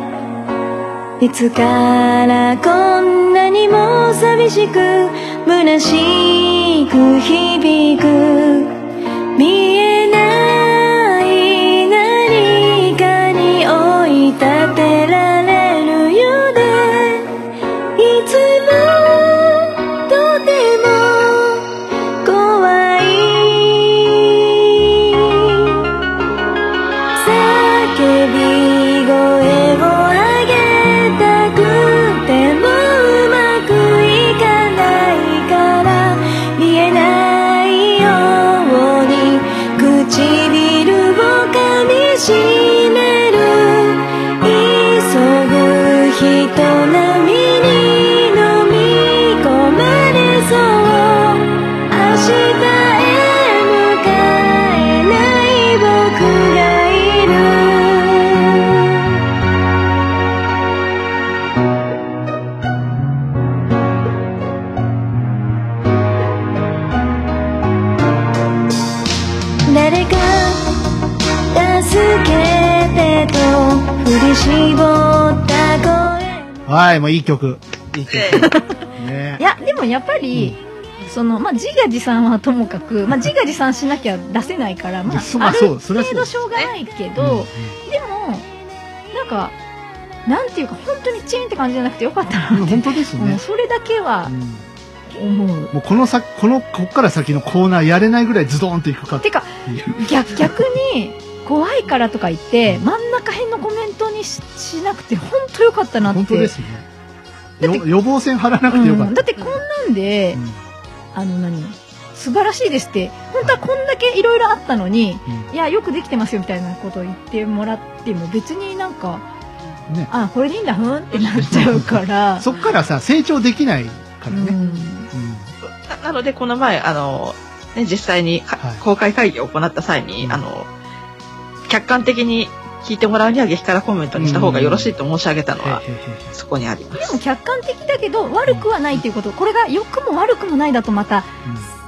[SPEAKER 4] いつからこんなにも寂しく虚しく響く見えない何かに追い立てられるようでいつもとても怖い叫び声を上げたくてもうまくいかないから見えないように唇を噛みしめる急ぐ人並みに飲み込まれそう明日へ向かえない僕がいる誰か助けてと振り絞った声
[SPEAKER 1] はい、もういい曲。いい曲。 ね
[SPEAKER 2] いやでもやっぱり、そのまあ自画自賛はともかく、まあ自画自賛しなきゃ出せないから、まあ
[SPEAKER 1] そまあ
[SPEAKER 2] ある
[SPEAKER 1] そうそれ
[SPEAKER 2] 程
[SPEAKER 1] はそう
[SPEAKER 2] 度
[SPEAKER 1] です
[SPEAKER 2] しょうがないけ
[SPEAKER 1] うんうん
[SPEAKER 2] ど、でもなんかなんていうか本当にチーンって感じじゃなくてよかった
[SPEAKER 1] う
[SPEAKER 2] なっ
[SPEAKER 1] ん
[SPEAKER 2] て、
[SPEAKER 1] 本当です
[SPEAKER 2] う
[SPEAKER 1] ね
[SPEAKER 2] ん。それだけ
[SPEAKER 1] う
[SPEAKER 2] は
[SPEAKER 1] ん
[SPEAKER 2] 思う。
[SPEAKER 1] もうこの先、この、こっから先のコーナーやれないぐらいズドーンといくかって
[SPEAKER 2] てか
[SPEAKER 1] いう。
[SPEAKER 2] 逆逆に怖いからとか言って真ん中辺のコメントにししなくて本当よかったなって。
[SPEAKER 1] 本当ですね。
[SPEAKER 2] だって
[SPEAKER 1] よ予防線張らなくてよか
[SPEAKER 2] う
[SPEAKER 1] っ
[SPEAKER 2] ん
[SPEAKER 1] た
[SPEAKER 2] だ。ってこんなんで、
[SPEAKER 1] うん
[SPEAKER 2] あの何素晴らしいですって本当はこんだけいろいろあったのに
[SPEAKER 1] う
[SPEAKER 2] いやよくできてますよみたいなことを言ってもらっても別になんか
[SPEAKER 1] んね。
[SPEAKER 2] あこれでいいんだふーんってなっちゃうから
[SPEAKER 1] そっからさ、成長できないから
[SPEAKER 2] う
[SPEAKER 1] ね。
[SPEAKER 2] ん
[SPEAKER 1] うん
[SPEAKER 3] ななので、この前、あの、ね、実際にか、
[SPEAKER 1] はい
[SPEAKER 3] 公開会議を行った際に、あの、客観的に聞いてもらうには激辛コメントにした方がよろしいと申し上げたのは
[SPEAKER 1] へ、いへいへいへい
[SPEAKER 3] そこにありま。
[SPEAKER 2] ですも客観的だけど悪くはないっていうことこれが良くも悪くもないだとまた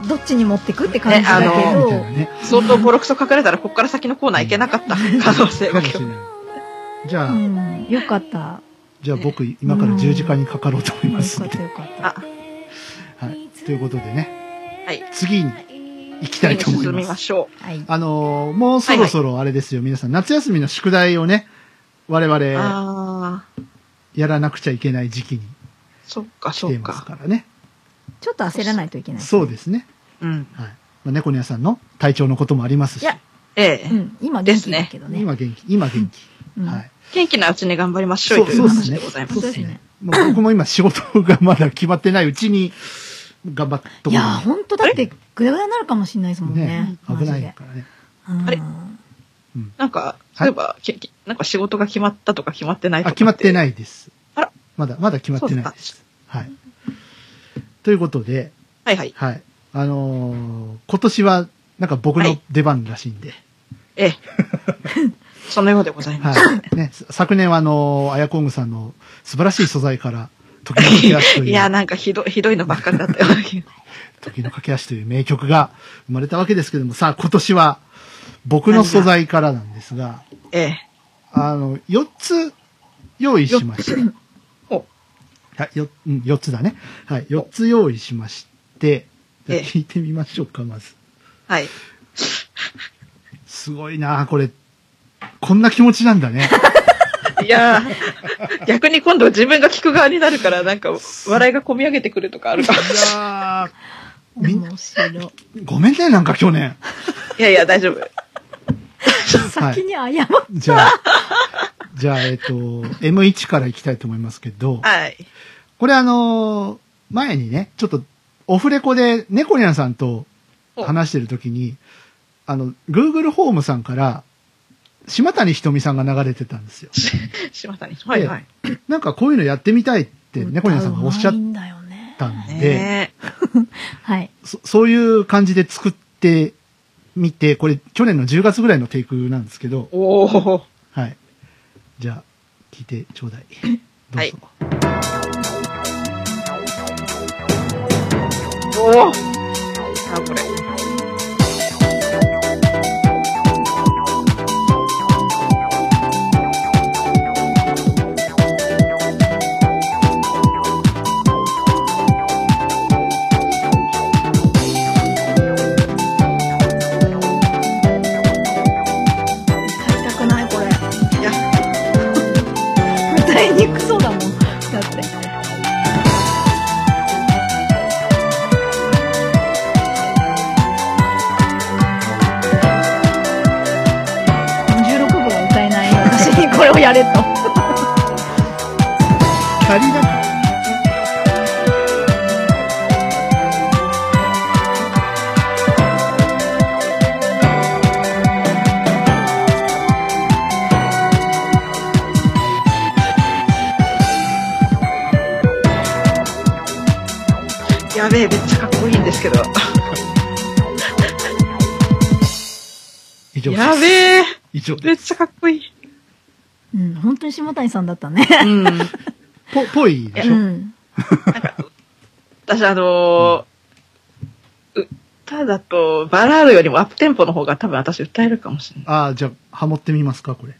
[SPEAKER 2] どっちに持ってくって感じだけ
[SPEAKER 3] ねあ
[SPEAKER 1] うん
[SPEAKER 2] ど、
[SPEAKER 1] みたいなね。
[SPEAKER 3] 相当ボロクソ書かれたら、ここから先のコーナー行けなかった可能性
[SPEAKER 1] か
[SPEAKER 3] が
[SPEAKER 1] も
[SPEAKER 3] 今
[SPEAKER 1] し
[SPEAKER 3] 日
[SPEAKER 1] れ。ない。じゃあ、
[SPEAKER 2] うん、よかった
[SPEAKER 1] じゃあ僕、今から十字架にかかろうと思い
[SPEAKER 2] よ
[SPEAKER 1] ます
[SPEAKER 2] か
[SPEAKER 1] ん
[SPEAKER 2] っ
[SPEAKER 1] で
[SPEAKER 2] た。よかった
[SPEAKER 3] あ、
[SPEAKER 1] はい。ということでね、
[SPEAKER 3] はい。
[SPEAKER 1] 次に行きたいと思い
[SPEAKER 3] 進み
[SPEAKER 1] ま。
[SPEAKER 3] ますしょ
[SPEAKER 2] は い
[SPEAKER 1] あのー、もうそろそろあれですよ、皆さん。夏休みの宿題をね、我
[SPEAKER 3] う。
[SPEAKER 1] 々、
[SPEAKER 3] ああ、
[SPEAKER 1] やらなくちゃいけない時期に
[SPEAKER 3] そっか、
[SPEAKER 1] 来
[SPEAKER 3] そ
[SPEAKER 1] て
[SPEAKER 3] う
[SPEAKER 1] ますか
[SPEAKER 3] か。
[SPEAKER 1] らね。
[SPEAKER 2] ちょっと焦らないといけない
[SPEAKER 1] そうですね。
[SPEAKER 3] うん。
[SPEAKER 1] はい。まあ、猫ニャさんの体調のこともあります
[SPEAKER 2] い
[SPEAKER 1] し、
[SPEAKER 2] や、
[SPEAKER 3] ええ。
[SPEAKER 2] うん、今元気だけどね。
[SPEAKER 1] 今元気、今元気。
[SPEAKER 2] うん
[SPEAKER 1] はい。
[SPEAKER 3] 元気なうちに頑張りましょうという話でございま
[SPEAKER 1] そ
[SPEAKER 3] す。
[SPEAKER 1] う
[SPEAKER 2] そう
[SPEAKER 1] で
[SPEAKER 2] ですす
[SPEAKER 1] ね
[SPEAKER 2] ね。
[SPEAKER 1] まあ僕も今仕事がまだ決まってないうちに、頑張っとこ
[SPEAKER 2] いや、
[SPEAKER 1] う
[SPEAKER 2] 本当だって、ぐだぐだになるかもしれないですもんね。
[SPEAKER 1] ね。
[SPEAKER 2] マジ
[SPEAKER 1] 危
[SPEAKER 2] で
[SPEAKER 1] ないからね。
[SPEAKER 2] うん
[SPEAKER 3] あれなんか、例えば、けけなんか仕事が決まったとか決まってないとか。
[SPEAKER 1] あ、決まってないいです。
[SPEAKER 3] あら
[SPEAKER 1] まだ、まだ決まってないで
[SPEAKER 3] そ
[SPEAKER 1] す。はい。ということで、
[SPEAKER 3] はいはい。
[SPEAKER 1] はい。あのー今年は、なんか僕
[SPEAKER 3] は
[SPEAKER 1] の
[SPEAKER 3] い
[SPEAKER 1] 出番らしいんで、
[SPEAKER 3] え え。そのようでございます。
[SPEAKER 1] はい。 ね、さ昨年はあのー、アヤコングさんの素晴らしい素材から、時の駆け足と
[SPEAKER 3] い
[SPEAKER 1] い
[SPEAKER 3] や、
[SPEAKER 1] う、
[SPEAKER 3] なんかひどい、ひどいのばっかりだったよ。
[SPEAKER 1] 時の駆け足という名曲が生まれたわけですけども、さあ今年は僕の素材からなんですが、
[SPEAKER 3] ええ。
[SPEAKER 1] あの、4つ用意しました。
[SPEAKER 3] お
[SPEAKER 1] はい、よ、うん、4つだね。はい、4つ用意しまして、じゃあ
[SPEAKER 3] ええ
[SPEAKER 1] 聞いてみましょうか、まず。
[SPEAKER 3] はい。
[SPEAKER 1] すごいなあこれ。こんな気持ちなんだね。
[SPEAKER 3] いやー 逆に今度自分が聞く側になるから、なんか、笑いが込み上げてくるとか あるかもしれない
[SPEAKER 1] やあみん
[SPEAKER 2] 面白 い。
[SPEAKER 1] ごめんね、なんか去年。
[SPEAKER 3] い。いやいや、大丈夫。
[SPEAKER 2] 先に謝っ
[SPEAKER 1] じゃあ、じゃあ、えっと、M1 からいきたいと思いますけど、
[SPEAKER 3] はい。
[SPEAKER 1] これあのー前にね、ちょっと、オフレコで、猫ニャンさんと話してる時に、あの、Google ホームさんから、島谷ひとみさんが流れてたんですよ。
[SPEAKER 3] 島谷。はいはい。
[SPEAKER 1] なんかこういうのやってみたいって
[SPEAKER 2] て。
[SPEAKER 1] 猫ニャンさんがおっしゃっ
[SPEAKER 2] 歌うまいんだよね。
[SPEAKER 1] たんで、
[SPEAKER 3] ねえ。
[SPEAKER 2] はい。
[SPEAKER 1] そそういう感じで作ってみて、これ去年の10月ぐらいのテイクなんですけど、
[SPEAKER 3] おお。
[SPEAKER 1] はい。じゃあ、聞いてち ょうだい。ど
[SPEAKER 3] は
[SPEAKER 1] う
[SPEAKER 3] い
[SPEAKER 1] ぞ。
[SPEAKER 3] おお。あ、これ。
[SPEAKER 2] 歌いたくない、これ。
[SPEAKER 3] いや、
[SPEAKER 2] 歌いにくそうだもん。だって。16号は歌えない私にこれをやれ と。
[SPEAKER 1] キャリだから。
[SPEAKER 3] やべえ、めっちゃかっこいいんですけど。
[SPEAKER 1] 以上です。
[SPEAKER 3] やべえ、
[SPEAKER 1] 以上で
[SPEAKER 3] めっ
[SPEAKER 1] す。
[SPEAKER 3] ちゃかっこいい。
[SPEAKER 2] うん、本当に島谷さんだったね。
[SPEAKER 3] うん。なん
[SPEAKER 1] ぽ、ぽいでし
[SPEAKER 2] う
[SPEAKER 1] ょ、
[SPEAKER 2] ん。
[SPEAKER 3] か、私あのー歌だと、バラードよりもアップテンポの方が多分私歌えるかもしれない。
[SPEAKER 1] ああ、じゃあ、ハモってみますか、これ。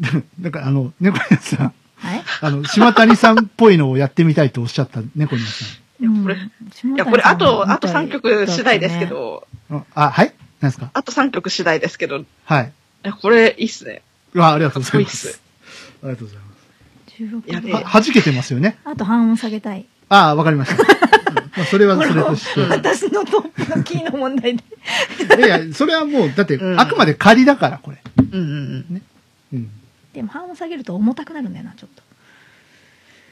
[SPEAKER 1] なんかあの、猫屋さん、
[SPEAKER 2] はい。
[SPEAKER 1] あの、島谷さんっぽいのをやってみたいとおっしゃった猫屋さ
[SPEAKER 2] うん
[SPEAKER 3] これ
[SPEAKER 2] 島
[SPEAKER 3] い
[SPEAKER 2] 谷さ
[SPEAKER 3] や、
[SPEAKER 2] ん
[SPEAKER 3] これ、あと、
[SPEAKER 2] の
[SPEAKER 3] あと3曲次第ですけ。ど、
[SPEAKER 1] ん。あ、はいなんですか
[SPEAKER 3] あと3曲次第ですけど、い
[SPEAKER 1] はい。
[SPEAKER 3] やこれいいっすね。
[SPEAKER 1] うわあ、りがとうございま
[SPEAKER 3] かっ
[SPEAKER 1] す。ありがとうございま
[SPEAKER 2] 16
[SPEAKER 3] やべえ
[SPEAKER 1] す。は、弾けてますよね。
[SPEAKER 2] あと半音下げたい。
[SPEAKER 1] ああ、わかりま した。うんまあ、それは
[SPEAKER 2] こ
[SPEAKER 1] そ
[SPEAKER 2] れ
[SPEAKER 1] れ
[SPEAKER 2] も
[SPEAKER 1] として。
[SPEAKER 2] 私のトップのキーの問題で。
[SPEAKER 1] いやいや、それはもう、だって、
[SPEAKER 3] うん
[SPEAKER 1] あくまで仮だから、これ。
[SPEAKER 3] うんうんうん。
[SPEAKER 1] うん。
[SPEAKER 2] でも半音下げると重たくなるんだよな、ちょっと。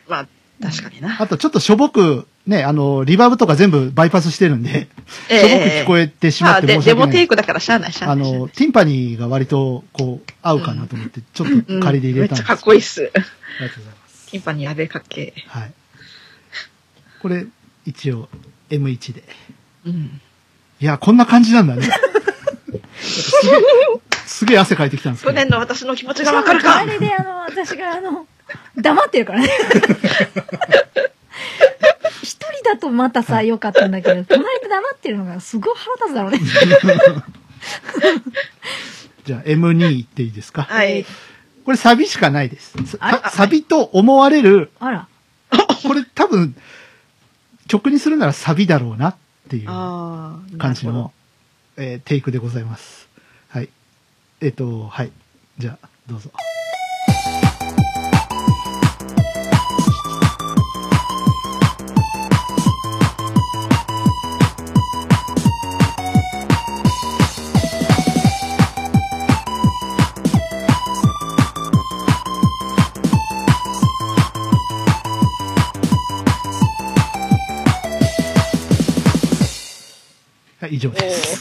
[SPEAKER 3] まあ、確かにな。
[SPEAKER 1] あと、ちょっとしょぼく、ね、あの、リバーブとか全部バイパスしてるんで、
[SPEAKER 3] ええ
[SPEAKER 1] しょぼく聞こえてしま
[SPEAKER 3] ま
[SPEAKER 1] っ
[SPEAKER 3] あ、
[SPEAKER 1] て
[SPEAKER 3] で
[SPEAKER 1] 申し
[SPEAKER 3] デ
[SPEAKER 1] 訳
[SPEAKER 3] モ
[SPEAKER 1] な
[SPEAKER 3] テイ
[SPEAKER 1] い。
[SPEAKER 3] クだからしゃあない、しゃ
[SPEAKER 1] あ
[SPEAKER 3] あない。しゃあな
[SPEAKER 1] の、
[SPEAKER 3] い
[SPEAKER 1] ティンパニーが割と、こう、合うかなと思って、ちょっと仮で入れたん
[SPEAKER 3] うん
[SPEAKER 1] です
[SPEAKER 3] めっちゃ
[SPEAKER 1] けど
[SPEAKER 3] かっこいいっす。
[SPEAKER 1] ありがとうございます。
[SPEAKER 3] ティンパにやべえかっけえ。
[SPEAKER 1] はい。これ、一応、M1 で。
[SPEAKER 3] うん。
[SPEAKER 1] いや、こんな感じなんだね。 なんかすげえ、すげえ汗かいてきたんですけ
[SPEAKER 3] 去
[SPEAKER 1] ど。
[SPEAKER 3] 年の私の気持ちがわかるか
[SPEAKER 2] あれで、あの、私が、あの、黙ってるからね。 一人だとまたさ、良かったんだけど、隣で黙ってるのがすごい腹立つだろうね。
[SPEAKER 1] じゃあ、M2 いっていいですか
[SPEAKER 3] はい。
[SPEAKER 1] これサビしかないです。
[SPEAKER 2] あれ
[SPEAKER 1] さサビと思われる、
[SPEAKER 2] あら。
[SPEAKER 1] これ多分、曲にするならサビだろうなっていう
[SPEAKER 3] ああ。
[SPEAKER 1] 感じの、えーテイクでございます。はい。えっ、と、はい。じゃあ、どうぞ。はい以上です。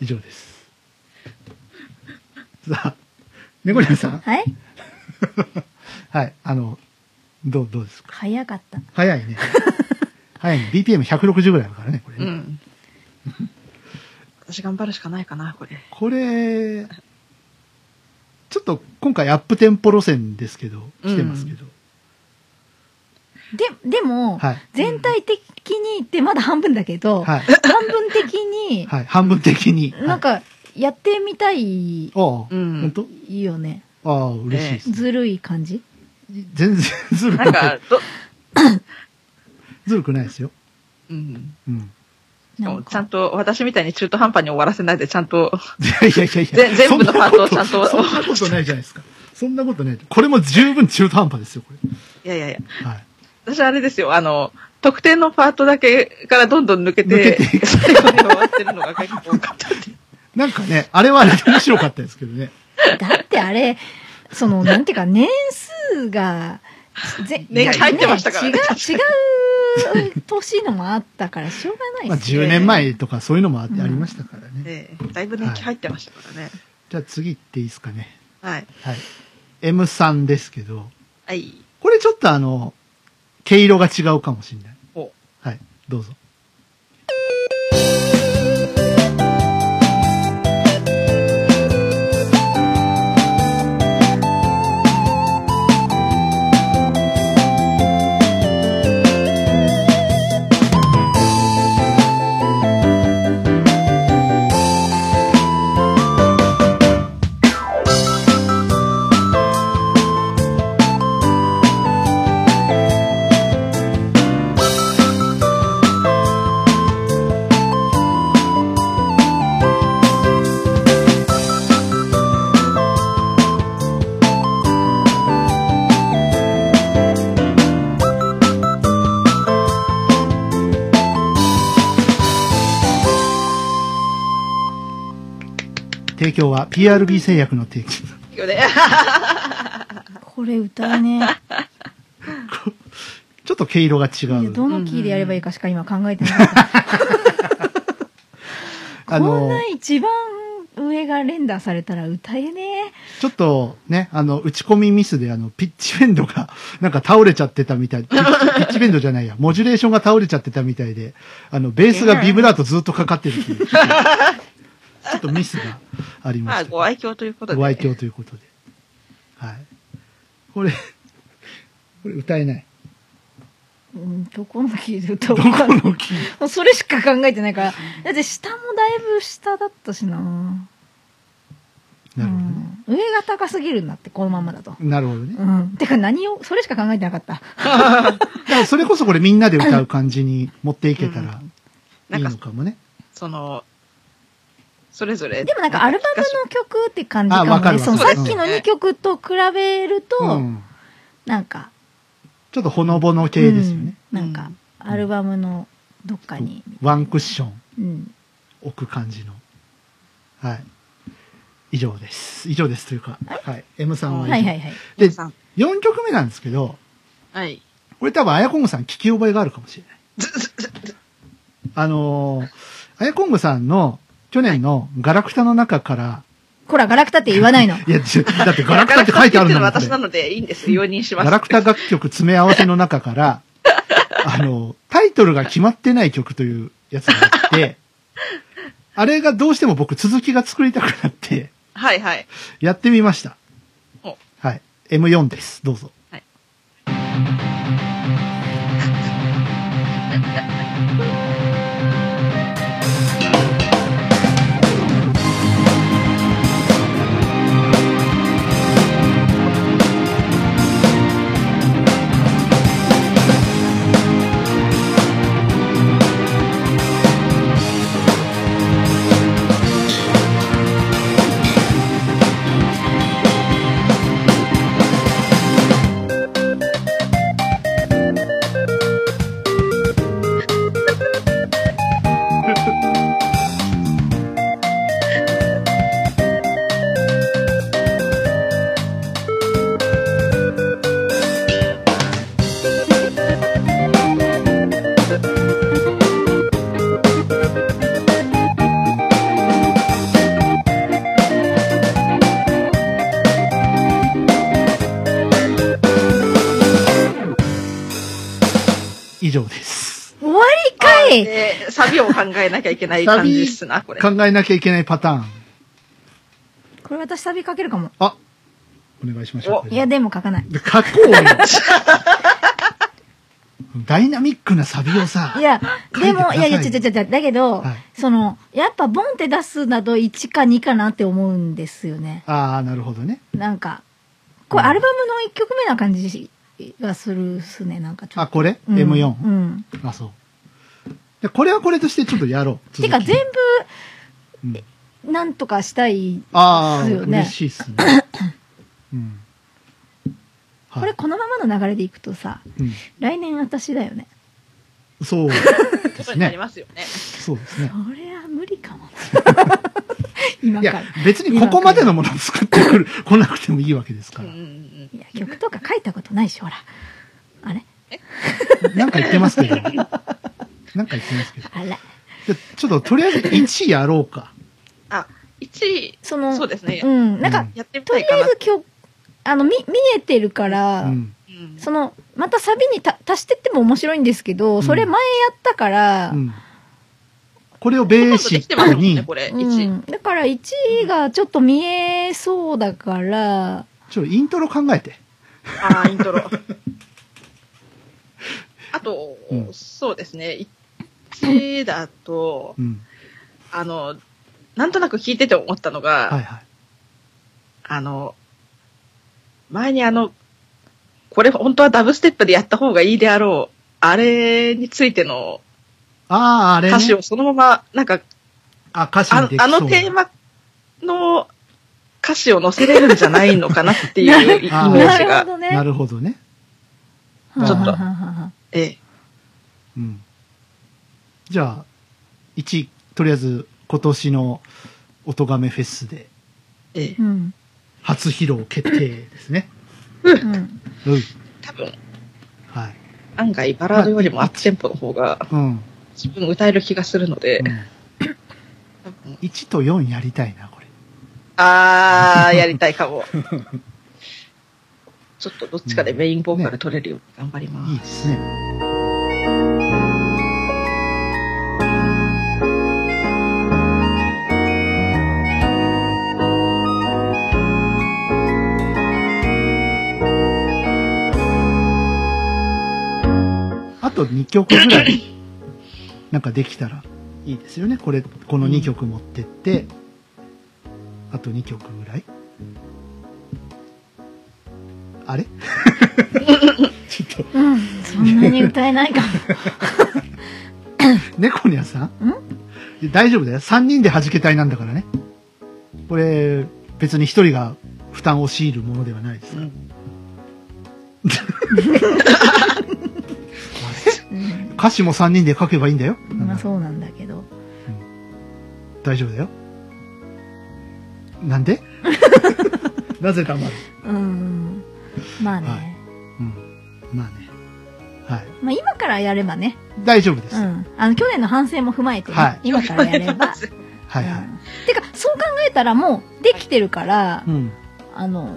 [SPEAKER 1] 以上です。 さあ、猫ニャンさん。
[SPEAKER 2] はい
[SPEAKER 1] はい、あの、どう、どうですか
[SPEAKER 2] 早かった。
[SPEAKER 1] 早いね。 早いね。BPM160 ぐらいあるからね、これ
[SPEAKER 3] う
[SPEAKER 1] ね、
[SPEAKER 3] ん。私頑張るしかないかな、これ。
[SPEAKER 1] これ、ちょっと今回アップテンポ路線ですけど、来てますけど。
[SPEAKER 2] で、でも、
[SPEAKER 1] はい
[SPEAKER 2] 全体的にってまだ半分だけど、
[SPEAKER 1] はい。
[SPEAKER 2] 半分的に、
[SPEAKER 1] はい。半分的に。
[SPEAKER 2] なんか、やってみたい
[SPEAKER 1] はい、ああ、
[SPEAKER 3] うん
[SPEAKER 1] 本
[SPEAKER 2] よね。
[SPEAKER 1] 当ああ、嬉しいです。
[SPEAKER 2] ずるい感じ。
[SPEAKER 1] 全然ずるく
[SPEAKER 3] な
[SPEAKER 1] な
[SPEAKER 3] んか
[SPEAKER 1] い。、
[SPEAKER 3] ど、
[SPEAKER 1] ずるくないですよ。
[SPEAKER 3] うん。
[SPEAKER 1] うん。
[SPEAKER 3] で
[SPEAKER 2] な
[SPEAKER 3] も
[SPEAKER 2] ん
[SPEAKER 3] ちゃ
[SPEAKER 2] か
[SPEAKER 3] んと、私みたいに中途半端に終わらせないで、ちゃんと、
[SPEAKER 1] いやいやいやいや。
[SPEAKER 3] ぜ全部のパートをちゃんと
[SPEAKER 1] そんなことそんなことないじゃないですか。そんなことない。これも十分中途半端ですよ、これ。
[SPEAKER 3] いやいやいや、
[SPEAKER 1] はい。
[SPEAKER 3] 私あれですよ、あの、特定のパートだけからどんどん抜け
[SPEAKER 1] 抜
[SPEAKER 3] て、
[SPEAKER 1] けて
[SPEAKER 3] 最後に終わってるのが結構多かった っていう。
[SPEAKER 1] なんかね、あれはあれで面白かったですけどね。
[SPEAKER 2] だってあれ、そ の、なんていうか、年数が、ぜ
[SPEAKER 3] 年季入ってましたからね
[SPEAKER 2] 違う、違う年のもあったから、しょうが
[SPEAKER 1] ま
[SPEAKER 2] な
[SPEAKER 1] あ
[SPEAKER 2] いです。
[SPEAKER 1] 10年前とかそういうのもあ,、ありましたからね。
[SPEAKER 3] ええだいぶ年季入ってましたからね。
[SPEAKER 1] じゃあ次行っていいですかね。
[SPEAKER 3] はい。
[SPEAKER 1] はい。M さんですけど、
[SPEAKER 3] はい。
[SPEAKER 1] これちょっとあの、毛色が違うかもしれない。
[SPEAKER 3] お
[SPEAKER 1] はい、どうぞ。提供は PRB 製薬の提供。
[SPEAKER 3] よね。
[SPEAKER 2] これ歌うね。いや
[SPEAKER 1] ちょっと毛色が違 う。
[SPEAKER 2] どのキーでやればいいかしか今考えてない。
[SPEAKER 1] あ
[SPEAKER 2] こん
[SPEAKER 1] の、
[SPEAKER 2] な一番上が連打されたら歌えね
[SPEAKER 1] ちょっとね、あの、打ち込みミスであの、ピッチベンドが、なんか倒れちゃってたみたい。ピ ッピッチベンドじゃないや。モジュレーションが倒れちゃってたみたいで、あの、ベースがビブラートずっとかかってるっていう。ちょっとミスがありま
[SPEAKER 3] ま
[SPEAKER 1] し
[SPEAKER 3] あ、
[SPEAKER 1] た。
[SPEAKER 3] ご愛嬌ということで。
[SPEAKER 1] ご愛嬌ということで。はい。これ、これ歌えない。
[SPEAKER 2] うん、どこのキーで歌おう
[SPEAKER 1] どこ
[SPEAKER 2] かな。
[SPEAKER 1] のキー
[SPEAKER 2] もうそれしか考えてないから。だって下もだいぶ下だったしな。
[SPEAKER 1] なるほどね。
[SPEAKER 2] うん、上が高すぎるんだって、このままだと。
[SPEAKER 1] なるほどね。
[SPEAKER 2] うん。てか何を、それしか考えてなかった。
[SPEAKER 1] だからそれこそこれみんなで歌う感じに持っていけたら
[SPEAKER 3] ないん
[SPEAKER 1] い
[SPEAKER 3] か
[SPEAKER 1] の、かもね。
[SPEAKER 3] その、それぞれ。
[SPEAKER 2] でもなんかアルバムの曲って感じか
[SPEAKER 1] あわ
[SPEAKER 2] も
[SPEAKER 1] かるわ
[SPEAKER 2] ね。その
[SPEAKER 3] そ
[SPEAKER 2] さ
[SPEAKER 3] う
[SPEAKER 2] っ
[SPEAKER 3] ですね
[SPEAKER 2] きの2曲と比べると、
[SPEAKER 1] うん。
[SPEAKER 2] なんか、
[SPEAKER 1] ちょっとほのぼの系ですよね。
[SPEAKER 2] うんなんか、アルバムのどっかに、
[SPEAKER 1] ワンクッション
[SPEAKER 2] うん。
[SPEAKER 1] 置く感じの。はい。以上です。以上ですというか、はい。M さんは以上。
[SPEAKER 2] はいはいはい。
[SPEAKER 1] で、
[SPEAKER 3] さん
[SPEAKER 1] 4曲目なんですけど、
[SPEAKER 3] はい。
[SPEAKER 1] これ多分、あやこんごさん聞き覚えがあるかもしれない。 あのー、あやこんごさんの去年のガラクタの中から、
[SPEAKER 2] こら、ガラクタって言 わないの。
[SPEAKER 1] いや、ちだってガラクタって書いてあるんだもん。こ
[SPEAKER 3] 私
[SPEAKER 1] れ
[SPEAKER 3] なのでいいんです。容認します。
[SPEAKER 1] ガラクタ楽曲詰め合わせの中 から、あの、タイトルが決まってない曲というやつがあ って、あれがどうしても僕続きが作りたくなって、
[SPEAKER 3] はいはい。
[SPEAKER 1] やってみました
[SPEAKER 3] お。
[SPEAKER 1] はい。M4 です。どうぞ。
[SPEAKER 4] 「
[SPEAKER 1] 以上です。
[SPEAKER 2] 終わりかい
[SPEAKER 3] で、サビを考 えなきゃいけない感じっすな、これ。
[SPEAKER 1] 考えなきゃいけないパターン。
[SPEAKER 2] これ私サビかけるかも。
[SPEAKER 1] あ、お願いしましょう。これ
[SPEAKER 2] いや、でも書かない。
[SPEAKER 1] で書こうよ。 ダイナミックなサビをさ。
[SPEAKER 2] いや、
[SPEAKER 1] 書いて
[SPEAKER 2] で
[SPEAKER 1] くだ
[SPEAKER 2] も、
[SPEAKER 1] さ
[SPEAKER 2] い
[SPEAKER 1] い
[SPEAKER 2] やいや、ちょちょちょ、だけど、
[SPEAKER 1] はい
[SPEAKER 2] その、やっぱボンって出すなど1か2かなって思うんですよね。
[SPEAKER 1] ああ、なるほどね。
[SPEAKER 2] なんか、これアルバムの1曲目な感じがするっすね、なんかちょっ
[SPEAKER 1] あ、
[SPEAKER 2] と。
[SPEAKER 1] これ、
[SPEAKER 2] うん
[SPEAKER 1] ?M4。
[SPEAKER 2] うん。
[SPEAKER 1] あ、そう。で、これはこれとしてちょっとやろう。続
[SPEAKER 2] て
[SPEAKER 1] き
[SPEAKER 2] か全
[SPEAKER 1] うん
[SPEAKER 2] 部、なんとかしたいです
[SPEAKER 1] ああ、
[SPEAKER 2] よね
[SPEAKER 1] 嬉。しいっ すね。うん。はい
[SPEAKER 2] これこのままの流れでいくとさ、
[SPEAKER 1] う
[SPEAKER 2] 来年私だよね。
[SPEAKER 1] ん、そう で
[SPEAKER 3] こと
[SPEAKER 1] す
[SPEAKER 3] になり
[SPEAKER 1] ね。
[SPEAKER 3] ますよね。
[SPEAKER 1] そうですね
[SPEAKER 2] そ。りゃ無理かも。 今
[SPEAKER 1] い
[SPEAKER 2] から
[SPEAKER 1] や。、別にここまでのものを作ってくる、来なくてもいいわけですか
[SPEAKER 3] うんう
[SPEAKER 1] ら
[SPEAKER 3] ん。うん。
[SPEAKER 2] いや、曲とか書いたことないし、ほら。あれ
[SPEAKER 1] なんか言ってますけど。なんか言ってますけど。
[SPEAKER 2] あれ
[SPEAKER 1] じゃちょっととりあえず1位やろうか。
[SPEAKER 3] あ、1位、
[SPEAKER 2] その、
[SPEAKER 3] そうですね
[SPEAKER 2] う。ん。なん
[SPEAKER 1] う
[SPEAKER 2] か、
[SPEAKER 1] ん
[SPEAKER 3] やってみ
[SPEAKER 2] と
[SPEAKER 3] たい
[SPEAKER 2] りあ
[SPEAKER 3] か
[SPEAKER 2] え
[SPEAKER 3] な。
[SPEAKER 2] ず今日、あの、見、見えてるから、
[SPEAKER 1] うん。
[SPEAKER 3] うん
[SPEAKER 2] その、またサビにた足してっても面白いんですけど、それ前やったから、
[SPEAKER 1] う
[SPEAKER 2] うん
[SPEAKER 1] ん。これをベー
[SPEAKER 3] ほとんど
[SPEAKER 1] シ
[SPEAKER 3] できて
[SPEAKER 1] ッ
[SPEAKER 3] ます
[SPEAKER 1] ク
[SPEAKER 3] もんね、
[SPEAKER 1] に、
[SPEAKER 3] これ。1位。
[SPEAKER 2] だから1位がちょっと見えそうだから、
[SPEAKER 1] ちょっとイントロ考えて。
[SPEAKER 3] ああ、イン トロ。あと、
[SPEAKER 1] うん
[SPEAKER 3] そうですね。1だと
[SPEAKER 1] う、ん。
[SPEAKER 3] あの、なんとなく聞いてて思ったのが、
[SPEAKER 1] はいはい。
[SPEAKER 3] あの、前にあの、これ本当はダブステップでやった方がいいであろう。あれについての
[SPEAKER 1] ああ、あれ、ね。
[SPEAKER 3] 歌詞をそのまま、なんか、
[SPEAKER 1] あ、歌詞に
[SPEAKER 3] あ
[SPEAKER 1] できそう
[SPEAKER 3] あのテーマの歌詞を載せれるんじゃないのかなっていうイイメ
[SPEAKER 1] あー
[SPEAKER 3] ー
[SPEAKER 2] な
[SPEAKER 3] ジ
[SPEAKER 2] るほ
[SPEAKER 3] が。
[SPEAKER 2] どね。
[SPEAKER 1] なるほどね。
[SPEAKER 2] はあ
[SPEAKER 3] ちょっと
[SPEAKER 2] はあはあはあ
[SPEAKER 3] ええ
[SPEAKER 1] うん。じゃあ、1、とりあえず今年の音亀フェスで
[SPEAKER 3] ええ
[SPEAKER 2] うん。
[SPEAKER 1] 初披露決定ですね。
[SPEAKER 2] うん。
[SPEAKER 1] うん。
[SPEAKER 3] 多分、
[SPEAKER 1] はい。
[SPEAKER 3] 案外バラードよりもアップテンポの方が
[SPEAKER 1] うん。うん
[SPEAKER 3] 自分歌える気がするので、多分
[SPEAKER 1] 1と4やりたいな、これ。
[SPEAKER 3] あー、やりたいか も。ちょっとどっちかでメインボーカル取れるように頑張ります。
[SPEAKER 1] いいですね。あと2曲ぐらい、なんかできたらいいですよね。これ、この2曲持ってって、あと2曲ぐらい。あれちょっと。
[SPEAKER 2] うん。そんなに歌えないかも。
[SPEAKER 1] 猫にゃさん大丈夫だよ。3人で弾けたいなんだからね。これ、別に1人が負担を強いるものではないです。
[SPEAKER 3] うん
[SPEAKER 2] うん。
[SPEAKER 1] 歌詞も3人で書けばいいんだよ。
[SPEAKER 2] まあそうなんだけど。
[SPEAKER 1] 大丈夫だよ。 なんでなぜ黙る
[SPEAKER 2] うん。まあね。
[SPEAKER 1] はうん。まあね。はい。
[SPEAKER 2] まあ今からやればね。
[SPEAKER 1] 大丈夫です。
[SPEAKER 2] うん。あの、去年の反省も踏まえてね、
[SPEAKER 1] はい
[SPEAKER 2] 今からやれば。
[SPEAKER 1] はいはい。
[SPEAKER 2] うんてか、そう考えたらもうできてるから、
[SPEAKER 1] うん。
[SPEAKER 2] あの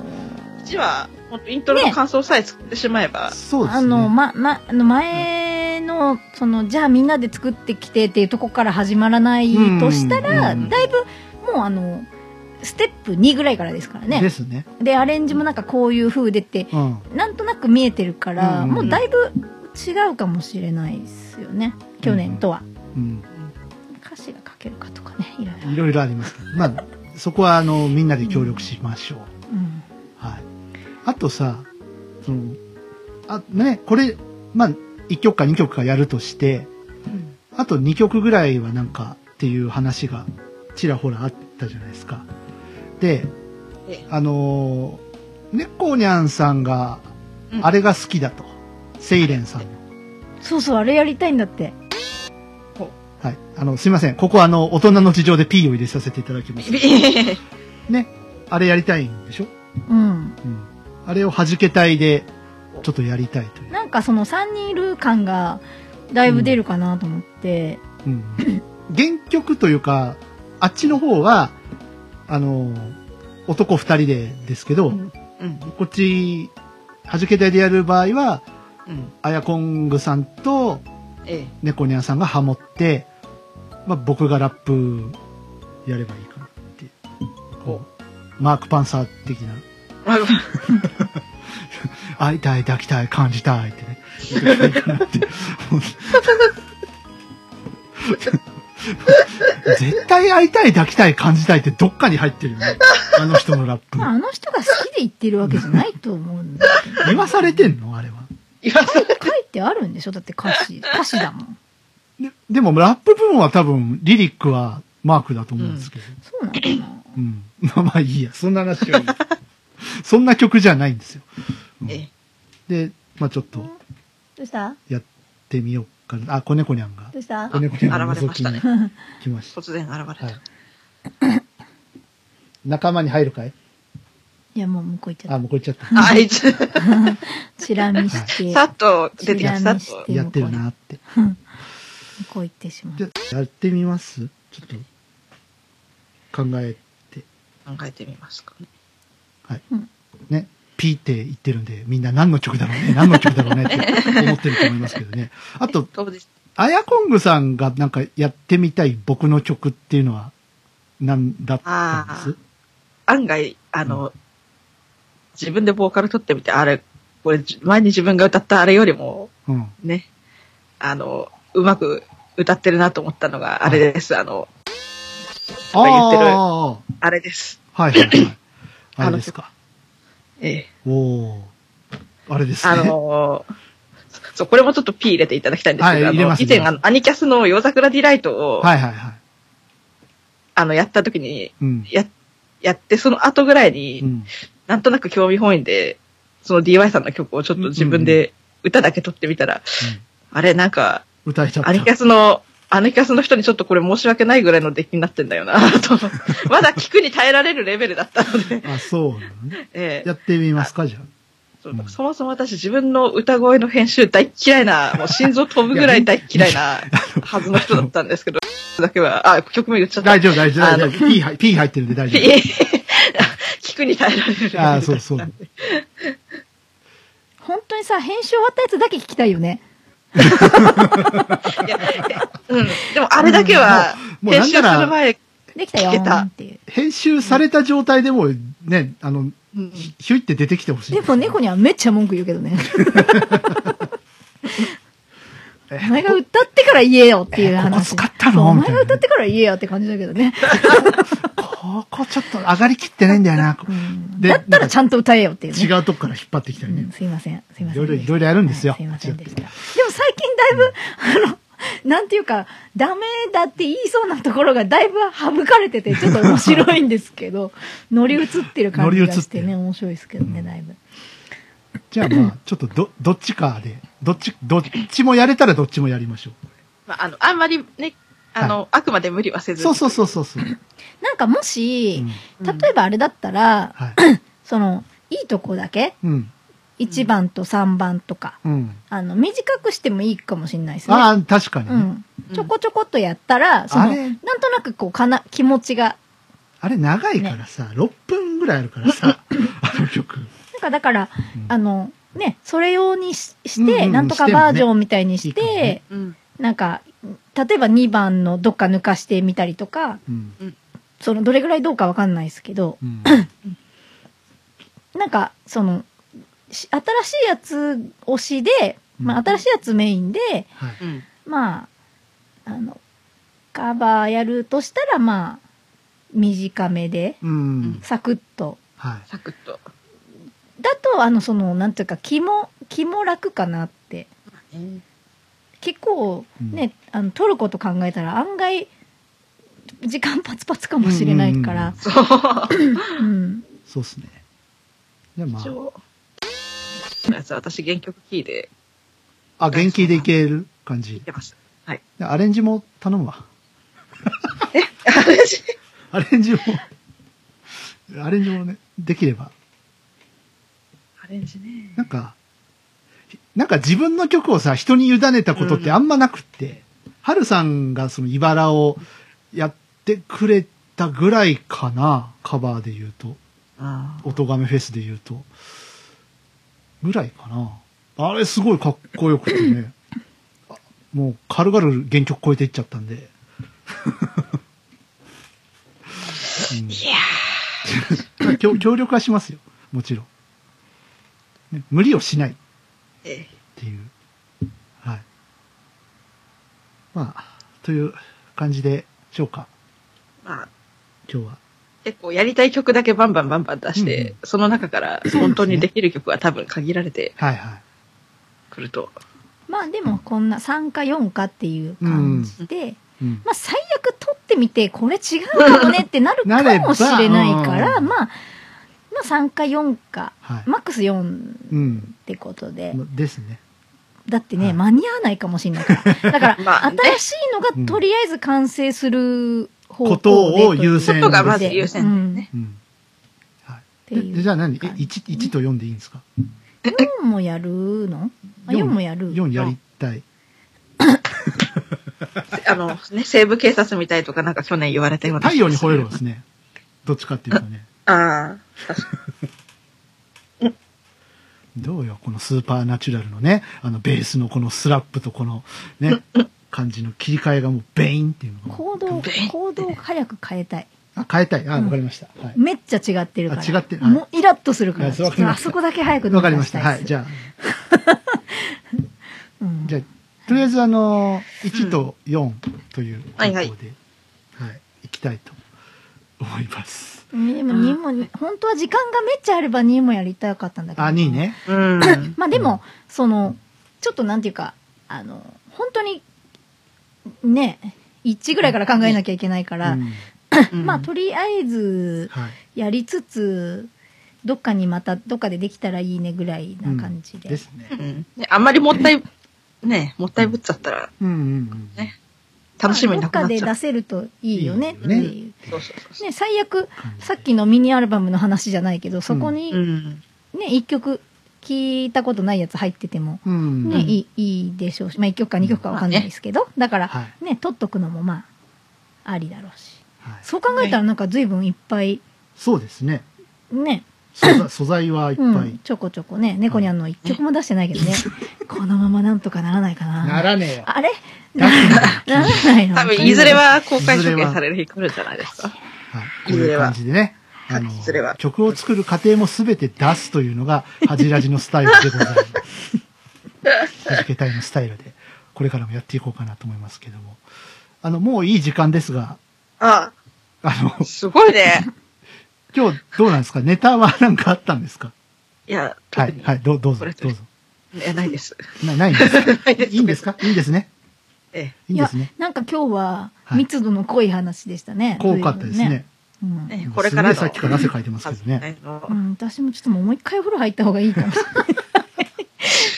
[SPEAKER 2] ー、
[SPEAKER 3] 1は、本当イントロの感想さえ作ってしまえば、
[SPEAKER 1] そうですね。
[SPEAKER 2] あの、ま、ま、あの前の、その、じゃあみんなで作ってきてっていうとこから始まらないとしたら、
[SPEAKER 1] うんうんうん
[SPEAKER 2] だいぶ、もうあの、ステップ2ぐらいからですから
[SPEAKER 1] で
[SPEAKER 2] ね。
[SPEAKER 1] すね。
[SPEAKER 2] で、アレンジもなんかこういう風でって、
[SPEAKER 1] うん。
[SPEAKER 2] なんとなく見えてるから、
[SPEAKER 1] うんうん
[SPEAKER 2] もうだいぶ違うかもしれないですよね。去年とは。
[SPEAKER 1] うん。
[SPEAKER 2] 歌詞が書けるかとかね、いろいろ。
[SPEAKER 1] いろいろありますけど。まあ、そこは、あの、みんなで協力しましょう。
[SPEAKER 2] うん。
[SPEAKER 1] はい。あとさ、その、あ、ね、これ、まあ、1曲か2曲かやるとして、 あと2曲ぐらいはなんかっていう話がちらほらあったじゃないですか。で
[SPEAKER 3] ええ、
[SPEAKER 1] あのー、猫にゃんさんが
[SPEAKER 3] う、ん
[SPEAKER 1] あれが好きだと。セイレンさんの。
[SPEAKER 2] そうそう、あれやりたいんだって。
[SPEAKER 1] はい。あの、すいません。ここはあの、大人の事情で P を入れさせていただきます。ね。あれやりたいんでしょ
[SPEAKER 2] うん。
[SPEAKER 1] うん。あれを弾けたいで、ちょっとやりたいという。
[SPEAKER 2] なんかその3人いる感が、だいぶ出るかなと思って。
[SPEAKER 1] うん、原曲というか、あっちの方は、あの、男二人でですけど、
[SPEAKER 3] うん
[SPEAKER 1] こっち、はじけ台でやる場合は、
[SPEAKER 3] うん。
[SPEAKER 1] アヤコングさんと
[SPEAKER 3] ええ。
[SPEAKER 1] 猫ニャンさんがハモって、まあ、僕がラップやればいいかなっていうこうマークパンサー的な
[SPEAKER 3] まあ、
[SPEAKER 1] 会いたい抱きたい感じたいって ね言ってくれるかなって絶対会いたい抱きたい感じたいってどっかに入ってるよねあの人のラップ
[SPEAKER 2] まああの人が好きで言ってるわけじゃないと思うんだけど。
[SPEAKER 1] 言わされてんのあれは
[SPEAKER 3] 言わせ
[SPEAKER 2] 書いてあるんでしょだって歌詞、歌詞だもん。
[SPEAKER 1] ででもラップ部分は多分リリックはマークだと思うんですけど、
[SPEAKER 2] そうなのかな
[SPEAKER 1] うん。 まあまあいいや。そんな話はいい。そんな曲じゃないんですよ。
[SPEAKER 3] ええ。
[SPEAKER 1] で、まあちょっと
[SPEAKER 2] どうした
[SPEAKER 1] やってみようかな。あ、子猫にゃんが
[SPEAKER 2] ど。うした
[SPEAKER 1] 子猫にゃんが
[SPEAKER 3] 現れ
[SPEAKER 1] 覗
[SPEAKER 3] ま
[SPEAKER 1] き
[SPEAKER 3] したね
[SPEAKER 1] に来ました。
[SPEAKER 3] 突然現れ
[SPEAKER 1] はい
[SPEAKER 3] た。。
[SPEAKER 1] 仲間に入るかい
[SPEAKER 2] いや、もう向こう行っちゃ
[SPEAKER 1] あ、
[SPEAKER 2] っ
[SPEAKER 1] もうこれ言っちゃっ
[SPEAKER 3] あ、あいつ、
[SPEAKER 2] た。チラ見して、
[SPEAKER 3] さっと出て
[SPEAKER 2] チ
[SPEAKER 3] きた、
[SPEAKER 2] ラ
[SPEAKER 3] さ
[SPEAKER 2] 見
[SPEAKER 3] っ
[SPEAKER 2] し
[SPEAKER 3] と。
[SPEAKER 1] た。
[SPEAKER 2] て、
[SPEAKER 1] やってるなって。
[SPEAKER 2] 向こう行ってしま
[SPEAKER 1] じゃ
[SPEAKER 2] う。
[SPEAKER 1] あやってみますちょっと、考えて。
[SPEAKER 3] 考えてみますかね。
[SPEAKER 1] はい
[SPEAKER 2] うん。
[SPEAKER 1] ね。ピーって言ってるんで、みんな何の曲だろう ね、何の曲だろうねって思ってると思いますけどね。あと、
[SPEAKER 3] 当日。
[SPEAKER 1] アヤコングさんがなんかやってみたい僕の曲っていうのは何だったんです
[SPEAKER 3] 案外、あの、自分でボーカル取ってみて、あれ、これ、前に自分が歌ったあれよりも、
[SPEAKER 1] うん。
[SPEAKER 3] ね、あの、うまく歌ってるなと思ったのが、あれです。あの、
[SPEAKER 1] あ
[SPEAKER 3] 言ってる
[SPEAKER 1] あ
[SPEAKER 3] あれです。
[SPEAKER 1] ー、はいはい はい。あれですか。
[SPEAKER 3] ええ。
[SPEAKER 1] おおー。あれです
[SPEAKER 3] あ
[SPEAKER 1] ね。
[SPEAKER 3] の ー、そう、これもちょっと P 入れていただきたいんですけど、
[SPEAKER 1] はい入れ
[SPEAKER 3] あ
[SPEAKER 1] ま
[SPEAKER 3] の
[SPEAKER 1] す
[SPEAKER 3] 以前、あの、アニキャスの夜桜ディライトを、
[SPEAKER 1] はいはいはい。
[SPEAKER 3] あの、やった時に、
[SPEAKER 1] うん。
[SPEAKER 3] や、やって、その後ぐらいうに、
[SPEAKER 1] ん、
[SPEAKER 3] なんとなく興味本位で、その DY さんの曲をちょっと自分で歌だけ取ってみたら、あれ、なんか、
[SPEAKER 1] うん歌えちゃった。
[SPEAKER 3] アニキャスの、アニキャスの人にちょっとこれ申し訳ないぐらいのデッキになってんだよな、 と。まだ聞くに耐えられるレベルだったので、
[SPEAKER 1] あ、そうなのね。
[SPEAKER 3] ええ
[SPEAKER 1] やってみますか、じゃあ。
[SPEAKER 3] そうそもそも私自分の歌声の編集大嫌いな、もう心臓飛ぶぐらい大嫌いなはずの人だったんですけど、だけは、あ、曲名言っちゃった。
[SPEAKER 1] 大丈夫、大丈夫、
[SPEAKER 3] あ
[SPEAKER 1] 大
[SPEAKER 3] の
[SPEAKER 1] 丈夫。P 入 P 入ってるんで大丈夫。
[SPEAKER 3] 聞くに耐えられるレベルだったんで。
[SPEAKER 1] あーそうそう
[SPEAKER 2] 本当にさ、編集終わったやつだけ聞きたいよね。
[SPEAKER 3] いやうん。でもあれだけは、
[SPEAKER 1] もうもう
[SPEAKER 3] 編
[SPEAKER 1] なん
[SPEAKER 3] 集す
[SPEAKER 1] な
[SPEAKER 3] る
[SPEAKER 1] ら
[SPEAKER 3] 前、
[SPEAKER 2] できたよ
[SPEAKER 3] 聞けた
[SPEAKER 2] ーんっていう。
[SPEAKER 1] 編集された状態でも、ね、あの、
[SPEAKER 3] うん
[SPEAKER 1] ひひゅいって出てきてほしい。
[SPEAKER 2] でも猫にはめっちゃ文句言うけどね。お
[SPEAKER 1] え
[SPEAKER 2] 前が歌ってから言えよっていう話。
[SPEAKER 1] えここ使ったの
[SPEAKER 2] そうお
[SPEAKER 1] みた
[SPEAKER 2] 前
[SPEAKER 1] い
[SPEAKER 2] が
[SPEAKER 1] な
[SPEAKER 2] 歌ってから言えよって感じだけどね。
[SPEAKER 1] ここちょっと上がりきってないんだよな。
[SPEAKER 2] うん
[SPEAKER 1] で
[SPEAKER 2] だったらちゃんと歌えよっていうね。
[SPEAKER 1] 違うとこから引っ張ってきたりね。
[SPEAKER 2] うんすいません。すいません。
[SPEAKER 1] いろいろいろいろあるんですよ
[SPEAKER 2] はいすいませんでした。でも最近だいぶ、あの、 なんていうか、ダメだって言いそうなところがだいぶ省かれてて、ちょっと面白いんですけ ど、乗り移ってる感じがし
[SPEAKER 1] 乗り移って
[SPEAKER 2] てね、
[SPEAKER 1] る
[SPEAKER 2] 面白いですけどね、だいぶ。
[SPEAKER 1] じゃあまあ、ちょっとど、どっちかで、どっち、どっちもやれたらどっちもやりましょ
[SPEAKER 3] まあ、あの、あんまりね、あの、あくまで無理はせ
[SPEAKER 1] う。
[SPEAKER 3] ず。
[SPEAKER 1] そうそうそうそうそう。
[SPEAKER 2] なんかも
[SPEAKER 1] う
[SPEAKER 2] し
[SPEAKER 1] ん、
[SPEAKER 3] うん
[SPEAKER 2] 例えばあれだったら、
[SPEAKER 1] はい。
[SPEAKER 2] その、いいとこだけ、
[SPEAKER 1] うん。
[SPEAKER 2] 1番と3番とか、
[SPEAKER 1] うん。
[SPEAKER 2] あの、短くしてもいいかもしれないですね。
[SPEAKER 1] ああ、確かにね。
[SPEAKER 2] うん。ちょこちょこっとやったら、そ
[SPEAKER 1] あ
[SPEAKER 2] の、
[SPEAKER 1] れ
[SPEAKER 2] なんとなくこう、かな、気持ちが
[SPEAKER 1] あれ長いからさ、6分ぐらいあるから さ、あの曲。
[SPEAKER 2] なんかだから、
[SPEAKER 1] うん
[SPEAKER 2] あの、ね、それ用にしし
[SPEAKER 1] うんうん
[SPEAKER 2] て、
[SPEAKER 1] うん
[SPEAKER 2] なんとかバージョンみたいに
[SPEAKER 1] し
[SPEAKER 2] してて、
[SPEAKER 1] もね
[SPEAKER 3] うん。
[SPEAKER 2] なんか、例えば2番のどっか抜かしてみたりとか、
[SPEAKER 1] うん。
[SPEAKER 2] そのどれぐらいどうかわかんないですけど
[SPEAKER 1] う、 ん。
[SPEAKER 2] なんか、その、し新しいやつ推しで、ま
[SPEAKER 1] う
[SPEAKER 2] あ
[SPEAKER 1] ん
[SPEAKER 2] 新しいやつメインで、
[SPEAKER 1] はい。
[SPEAKER 3] うん。
[SPEAKER 2] まあ、あの、カバーやるとしたら、まあ、短めで、
[SPEAKER 1] うん。
[SPEAKER 2] サクッと。
[SPEAKER 1] はい。
[SPEAKER 3] サクッと。
[SPEAKER 2] だと、あの、その、なんていうか、気も、気も楽かなって結構ね、あのトルコと考えたら案外時間パツパツかもしれないから、
[SPEAKER 3] そう。
[SPEAKER 2] うん
[SPEAKER 1] そうっすね。じゃあま
[SPEAKER 3] 一応。とりあえず私原曲キーで
[SPEAKER 1] あ、あ、元気でいける感じ
[SPEAKER 3] 弾い。てます。
[SPEAKER 1] でアレンジも頼むわ。
[SPEAKER 3] あれ
[SPEAKER 1] アレンジも、 アレンジもね、できれば。
[SPEAKER 3] アレンジね。
[SPEAKER 1] なんか、なんか自分の曲をさ、人に委ねたことってあんまなくって、ハルさんがその茨をやってくれたぐらいかな、カバーで言うと。
[SPEAKER 3] あ
[SPEAKER 1] 音亀フェスで言うと。ぐらいかな。あれすごいかっこよくてね。もう軽々原曲超えていっちゃったんで。うん
[SPEAKER 3] いや
[SPEAKER 1] まあ協協力はしますよ。もちろん。ね無理をしないっ
[SPEAKER 3] ーえ
[SPEAKER 1] ていう。はい。まあ、という感じでしょうか。
[SPEAKER 3] ーまあ、
[SPEAKER 1] 今日は。
[SPEAKER 3] 結構やりたい曲だけバンバンバンバン出して、
[SPEAKER 1] うん
[SPEAKER 3] その中から本当にできる曲は多分限られて
[SPEAKER 1] はいはい。
[SPEAKER 3] く ると。
[SPEAKER 2] まあでもこんな3か4かっていう感じで、
[SPEAKER 1] うん。
[SPEAKER 2] まあ最悪取ってみてこれ違うかもねってなるかもしれない か
[SPEAKER 1] なれば
[SPEAKER 2] ら、
[SPEAKER 1] うん
[SPEAKER 2] まあ、まあ3か4か、
[SPEAKER 1] はい。
[SPEAKER 2] マックス4っ
[SPEAKER 1] うん。
[SPEAKER 2] てことで、
[SPEAKER 1] ですね。
[SPEAKER 2] だって
[SPEAKER 1] は
[SPEAKER 2] ね、
[SPEAKER 1] い
[SPEAKER 2] 間に合わないかもしれな いから。だから、
[SPEAKER 3] まあね
[SPEAKER 2] 新しいのがとりあえず完成する方向で
[SPEAKER 1] ことを優先
[SPEAKER 3] ことがまず優先ですね。
[SPEAKER 1] うん。
[SPEAKER 2] とい
[SPEAKER 1] で
[SPEAKER 2] ううんっていう
[SPEAKER 1] でじゃあ何え
[SPEAKER 2] 感
[SPEAKER 1] ?1、一と4でいいんですか
[SPEAKER 2] 4もやるのあ
[SPEAKER 1] 四
[SPEAKER 2] ?4 もやる
[SPEAKER 1] ?4 やりたい。
[SPEAKER 3] あの、ね、西部警察みたいとかなんか去年言われたような。
[SPEAKER 1] 太陽に吠えろですね。どっちかっていうとね。
[SPEAKER 3] ああ、
[SPEAKER 1] どうよ、このスーパーナチュラルのね、あのベースのこのスラップとこのね、感じの切り替えがもうベインっていうのが。
[SPEAKER 2] 行動、
[SPEAKER 3] ベン
[SPEAKER 2] 行動を早く変えたい。
[SPEAKER 1] あ、変えたい。あ、
[SPEAKER 2] うん
[SPEAKER 1] わかりました。はい。
[SPEAKER 2] めっちゃ違ってるから。
[SPEAKER 1] あ違ってるはい
[SPEAKER 2] もうイラッとするから。
[SPEAKER 1] いやわかりました
[SPEAKER 2] あそこだけ早く
[SPEAKER 1] わかりました。はい。じ
[SPEAKER 2] ゃ
[SPEAKER 1] ゃあ、
[SPEAKER 2] あ、うん
[SPEAKER 1] じゃあ、とりあえずあの、1と4という方向
[SPEAKER 3] は
[SPEAKER 1] で、
[SPEAKER 3] いは
[SPEAKER 1] はいい、行きたいと思います。
[SPEAKER 2] でも2も、本当は時間がめっちゃあれば2もやりたかったんだけ
[SPEAKER 1] あ、
[SPEAKER 2] ど。
[SPEAKER 1] 2。ね。
[SPEAKER 3] うん。
[SPEAKER 2] まあで
[SPEAKER 1] うん
[SPEAKER 2] も、その、ちょっとなんていうか、あの、本当に、ね、1ぐらいから考えなきゃいけないか
[SPEAKER 1] う
[SPEAKER 2] ら、
[SPEAKER 1] ん
[SPEAKER 2] まあとりあえず
[SPEAKER 1] はい。
[SPEAKER 2] やりつつ、どっかにまた、どっかでできたらいいねぐらいな感じで。
[SPEAKER 1] うんですね。
[SPEAKER 3] うんねあんまりもったい、ね、もったいぶっちゃったら
[SPEAKER 1] うんうんうん。
[SPEAKER 3] ね楽しみなくなっ
[SPEAKER 2] まあ
[SPEAKER 3] ち
[SPEAKER 2] どっかで出
[SPEAKER 3] ゃう。
[SPEAKER 2] せるといいよねって
[SPEAKER 1] いい
[SPEAKER 2] い
[SPEAKER 1] よ
[SPEAKER 2] う。
[SPEAKER 3] そうそうそうそ
[SPEAKER 2] ね、最
[SPEAKER 1] 感
[SPEAKER 2] 悪、
[SPEAKER 1] じで
[SPEAKER 2] さっきのミニアルバムの話じゃないけど、そこに
[SPEAKER 3] う。う
[SPEAKER 2] ね、
[SPEAKER 3] ん。
[SPEAKER 2] 一曲聞いたことないやつ入ってても、
[SPEAKER 1] うん。
[SPEAKER 2] ね、いい、いいでしょうし、まあ一曲か二曲かわかんないですけど、だから、
[SPEAKER 1] は
[SPEAKER 2] ね、取っとくのもまあ、ありだろうし。
[SPEAKER 1] はい
[SPEAKER 2] そう考えたらなんか随分いっぱい、
[SPEAKER 1] そうですね。
[SPEAKER 2] ね、
[SPEAKER 1] 素 材素材はいっぱい。
[SPEAKER 2] うん、ちょこちょこね、猫にゃんの一曲も出してないけど ね、このままなんとかならないかな。
[SPEAKER 1] ならねえよ。
[SPEAKER 2] あれ
[SPEAKER 1] 出
[SPEAKER 2] な
[SPEAKER 1] してない
[SPEAKER 2] ならないの
[SPEAKER 3] 多分、いずれは公開処刑される日来るんじゃないですか。
[SPEAKER 1] はい、こういう感じでね、あの
[SPEAKER 3] いずれは、
[SPEAKER 1] 曲を作る過程もすべて出すというのが、恥じらじのスタイルでございま す。はじけたいのスタイルで、これからもやっていこうかなと思いますけども。あの、もういい時間ですが、
[SPEAKER 3] あ
[SPEAKER 1] あ
[SPEAKER 3] あ、
[SPEAKER 1] の、
[SPEAKER 3] すごいね。
[SPEAKER 1] 今日どうなんですかネタは何かあったんですか
[SPEAKER 3] いや、
[SPEAKER 1] は
[SPEAKER 3] 特
[SPEAKER 1] い、
[SPEAKER 3] に、
[SPEAKER 1] はい、どうどう
[SPEAKER 3] こ
[SPEAKER 1] ぞ
[SPEAKER 3] れ、
[SPEAKER 1] どうぞ。
[SPEAKER 3] いやないです。
[SPEAKER 1] なないんですか
[SPEAKER 3] ないです
[SPEAKER 1] いいんですかいいんですね。
[SPEAKER 3] え
[SPEAKER 1] いいんですね。
[SPEAKER 2] なんか今日は
[SPEAKER 1] はい
[SPEAKER 2] 密度の濃い話でしたね。
[SPEAKER 1] 怖かったですね。
[SPEAKER 2] 随分
[SPEAKER 3] え、
[SPEAKER 2] ね。
[SPEAKER 3] ね
[SPEAKER 1] うん
[SPEAKER 3] これからの。
[SPEAKER 1] すげえさっきから汗かいてますけどね。
[SPEAKER 3] あの
[SPEAKER 2] うん、うん私もちょっともう一回お風呂入った方がいいかもしれない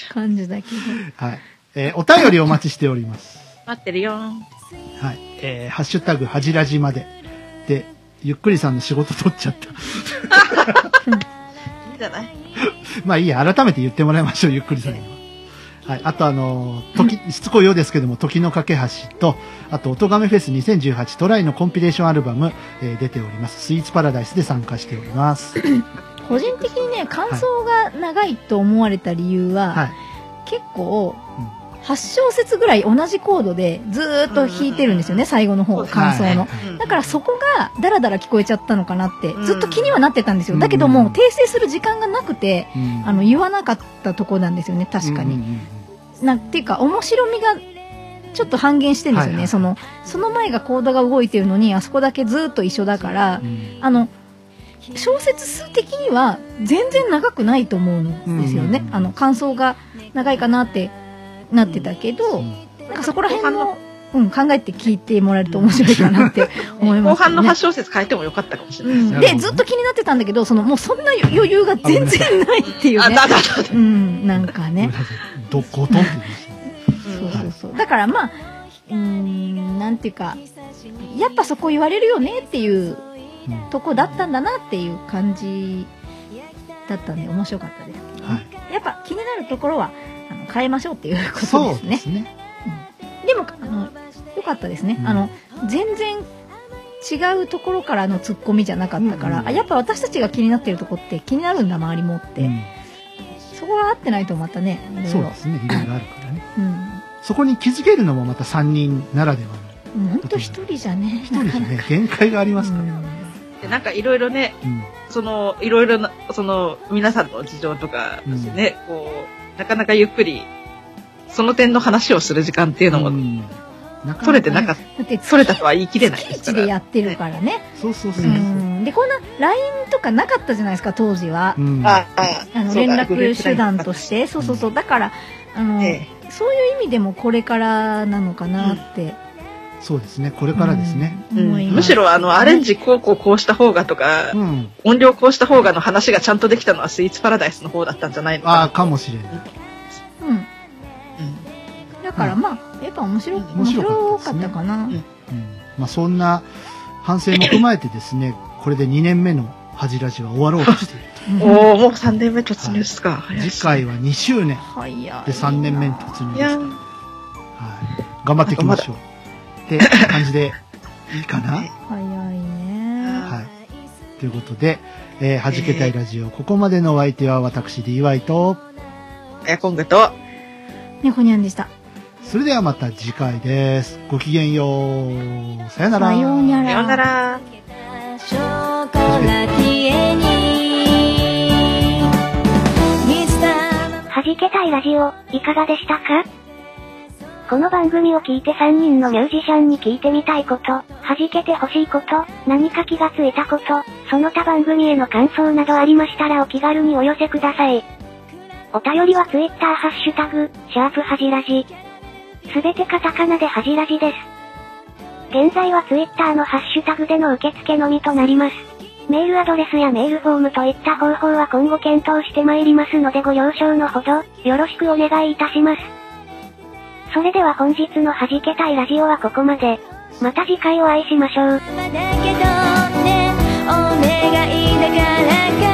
[SPEAKER 2] 感じだけ
[SPEAKER 1] はい。えーお便りお待ちしております。
[SPEAKER 3] 待ってるよん。
[SPEAKER 1] はい。えーハッシュタグ、はじらじまで。で、ゆっくりさんの仕事取っちゃった。
[SPEAKER 3] いいんじゃない
[SPEAKER 1] まあいいや、改めて言ってもらいましょう、ゆっくりさんには。はい。あとあのー、時、 しつこいようですけども、時の架け橋と、あと、おとがめフェス2018トライのコンピレーションアルバム、えー出ております。スイーツパラダイスで参加しており ます。
[SPEAKER 2] ど。 個人的にね、感想が長いと思われた理由は、
[SPEAKER 1] はい。
[SPEAKER 2] 結構、8小節ぐらい同じコードでずーっと弾いてるんですよね、最後の
[SPEAKER 3] そう
[SPEAKER 2] 方、
[SPEAKER 3] です
[SPEAKER 2] 感想の。
[SPEAKER 1] はい
[SPEAKER 2] だからそこがダラダラ聞こえちゃったのかなって
[SPEAKER 3] うん
[SPEAKER 2] ずっと気にはなってたんですよ。だけど
[SPEAKER 1] うん
[SPEAKER 2] もう訂正する時間がなくて、
[SPEAKER 1] うん
[SPEAKER 2] あの言わなかったとこなんですよね、確か
[SPEAKER 1] うん
[SPEAKER 2] に。
[SPEAKER 1] うんうん
[SPEAKER 2] なんていうか面白みがちょっと半減してるんですよね。
[SPEAKER 1] はいはい
[SPEAKER 2] その、その前がコードが動いてるのにあそこだけずっと一緒だから
[SPEAKER 1] う、ん
[SPEAKER 2] あの、小説数的には全然長くないと思うんですよね。
[SPEAKER 1] うん
[SPEAKER 2] あの感想が長いかなってなってたけど、
[SPEAKER 1] うん
[SPEAKER 2] なんかそこら辺も、うん、考えて聞いてもらえると面白いかなって思い
[SPEAKER 3] 後
[SPEAKER 2] ます、ね。
[SPEAKER 3] 半の8小節変えてもよかったかもしれ
[SPEAKER 2] う
[SPEAKER 3] ないで
[SPEAKER 2] ん
[SPEAKER 3] すね。
[SPEAKER 1] なるほど
[SPEAKER 2] で、
[SPEAKER 1] ね
[SPEAKER 2] ずっと気になってたんだけど、そのもうそんな余裕が全然ないっていう
[SPEAKER 3] あ、
[SPEAKER 2] ね。
[SPEAKER 3] だだだだ。
[SPEAKER 2] うん、なん
[SPEAKER 1] ご
[SPEAKER 2] か
[SPEAKER 1] めん
[SPEAKER 2] ね
[SPEAKER 1] な。さいど、ごとんって言いましたね。
[SPEAKER 2] そうそうそう。だからまあ、うーん、なんていうか、やっぱそこ言われるよねっていう
[SPEAKER 1] うん
[SPEAKER 2] とこだったんだなっていう感じだったんで、面白かったです。
[SPEAKER 1] はい。
[SPEAKER 2] やっぱ気になるところは、あの変えましょうっていうこ
[SPEAKER 1] そう
[SPEAKER 2] とです
[SPEAKER 1] で
[SPEAKER 2] ね。
[SPEAKER 1] すね。
[SPEAKER 2] でも、あの、良かったですね。
[SPEAKER 1] うん
[SPEAKER 2] あの、全然違うところからのツッコミじゃなかったから、
[SPEAKER 1] うんうん
[SPEAKER 2] あやっぱ私たちが気になってるとこって気になるんだ、周りもって。
[SPEAKER 1] うん
[SPEAKER 2] そうこは合ってないとまたね、いろいろ
[SPEAKER 1] そうですね、いろいろあるからね。
[SPEAKER 2] うん。
[SPEAKER 1] そこに気づけるのもまた3人ならではの。
[SPEAKER 2] うんほんと一人じゃね。
[SPEAKER 1] 一人じゃね、限界がありますか
[SPEAKER 2] う
[SPEAKER 1] ら。
[SPEAKER 2] ん
[SPEAKER 3] でなんかいろいろね、
[SPEAKER 1] うん。
[SPEAKER 3] その、いろいろな、その、皆さんの事情とかですね、こう、なかなかゆっくり、その点の話をする時間っていうの
[SPEAKER 1] う
[SPEAKER 3] も、
[SPEAKER 1] んなか
[SPEAKER 3] 取れてな
[SPEAKER 1] か
[SPEAKER 3] かっ
[SPEAKER 1] ね
[SPEAKER 2] だって、
[SPEAKER 3] 取れたとは言い切れないで
[SPEAKER 2] 月
[SPEAKER 3] す
[SPEAKER 2] 一
[SPEAKER 3] か
[SPEAKER 2] で
[SPEAKER 3] ら。
[SPEAKER 2] やってるからね。
[SPEAKER 1] そうそうそうう。
[SPEAKER 2] ん。で、こんな LINE とかなかったじゃないですか、当時は。
[SPEAKER 1] うん
[SPEAKER 3] ああ
[SPEAKER 2] あの
[SPEAKER 3] そう
[SPEAKER 2] 連
[SPEAKER 3] だ
[SPEAKER 2] 絡手段 として、そうそうそう、だから、あの、
[SPEAKER 3] え
[SPEAKER 2] そういう意味でもこれからなのかなって、
[SPEAKER 1] そうですね、これからですね。
[SPEAKER 2] うん
[SPEAKER 3] うん
[SPEAKER 2] 思います
[SPEAKER 3] むしろあのアレンジこうこうこうした方がとか、
[SPEAKER 1] うん。
[SPEAKER 3] 音量こうした方がの話がちゃんとできたのはスイーツパラダイスの方だったんじゃないのか
[SPEAKER 1] あ
[SPEAKER 3] な
[SPEAKER 1] あ、かもしれない。
[SPEAKER 2] うん。
[SPEAKER 3] う
[SPEAKER 2] だからまあ、やっぱ面白い、面
[SPEAKER 1] 面白
[SPEAKER 2] 白
[SPEAKER 1] か
[SPEAKER 2] か
[SPEAKER 1] ったです
[SPEAKER 2] っ
[SPEAKER 1] ね
[SPEAKER 2] たかな。
[SPEAKER 3] うん
[SPEAKER 1] うん。まあ、そんな反省も踏まえてですね、これで2年目の恥じらじは終わろうとしている。
[SPEAKER 2] うん
[SPEAKER 3] んおおもう3年目突入っすか、早いっ
[SPEAKER 1] 次
[SPEAKER 3] す
[SPEAKER 1] 回は2周年。
[SPEAKER 2] 早いな。
[SPEAKER 1] で、3年目に突入
[SPEAKER 3] い
[SPEAKER 1] で
[SPEAKER 3] や
[SPEAKER 1] す。
[SPEAKER 3] ー
[SPEAKER 1] はい。頑張っていきましょう。って感じで、いいかな
[SPEAKER 2] 早いね。
[SPEAKER 1] はい。ということで、えー、弾けたいラジオ、ここまでのお相手は私、DY と、
[SPEAKER 3] エアコングと
[SPEAKER 2] 猫にゃんでした。
[SPEAKER 1] それではまた次回です。ごきげんよう。さよなら。
[SPEAKER 2] さような
[SPEAKER 3] さようなら
[SPEAKER 5] ショコラティエに水玉
[SPEAKER 4] 弾けたいラジオ、いかがでしたかこの番組を聞いて3人のミュージシャンに聞いてみたいこと、弾けてほしいこと、何か気がついたこと、その他番組への感想などありましたらお気軽にお寄せください。お便りは Twitter ハッシュタグ、シャープはじらじ。すべてカタカナではじらじです。現在は Twitter のハッシュタグでの受付のみとなります。メールアドレスやメールフォームといった方法は今後検討してまいりますのでご了承のほど、よろしくお願いいたします。それでは本日の弾けたいラジオはここまで。また次回お会いしましょう。
[SPEAKER 5] だけどねお願いだからか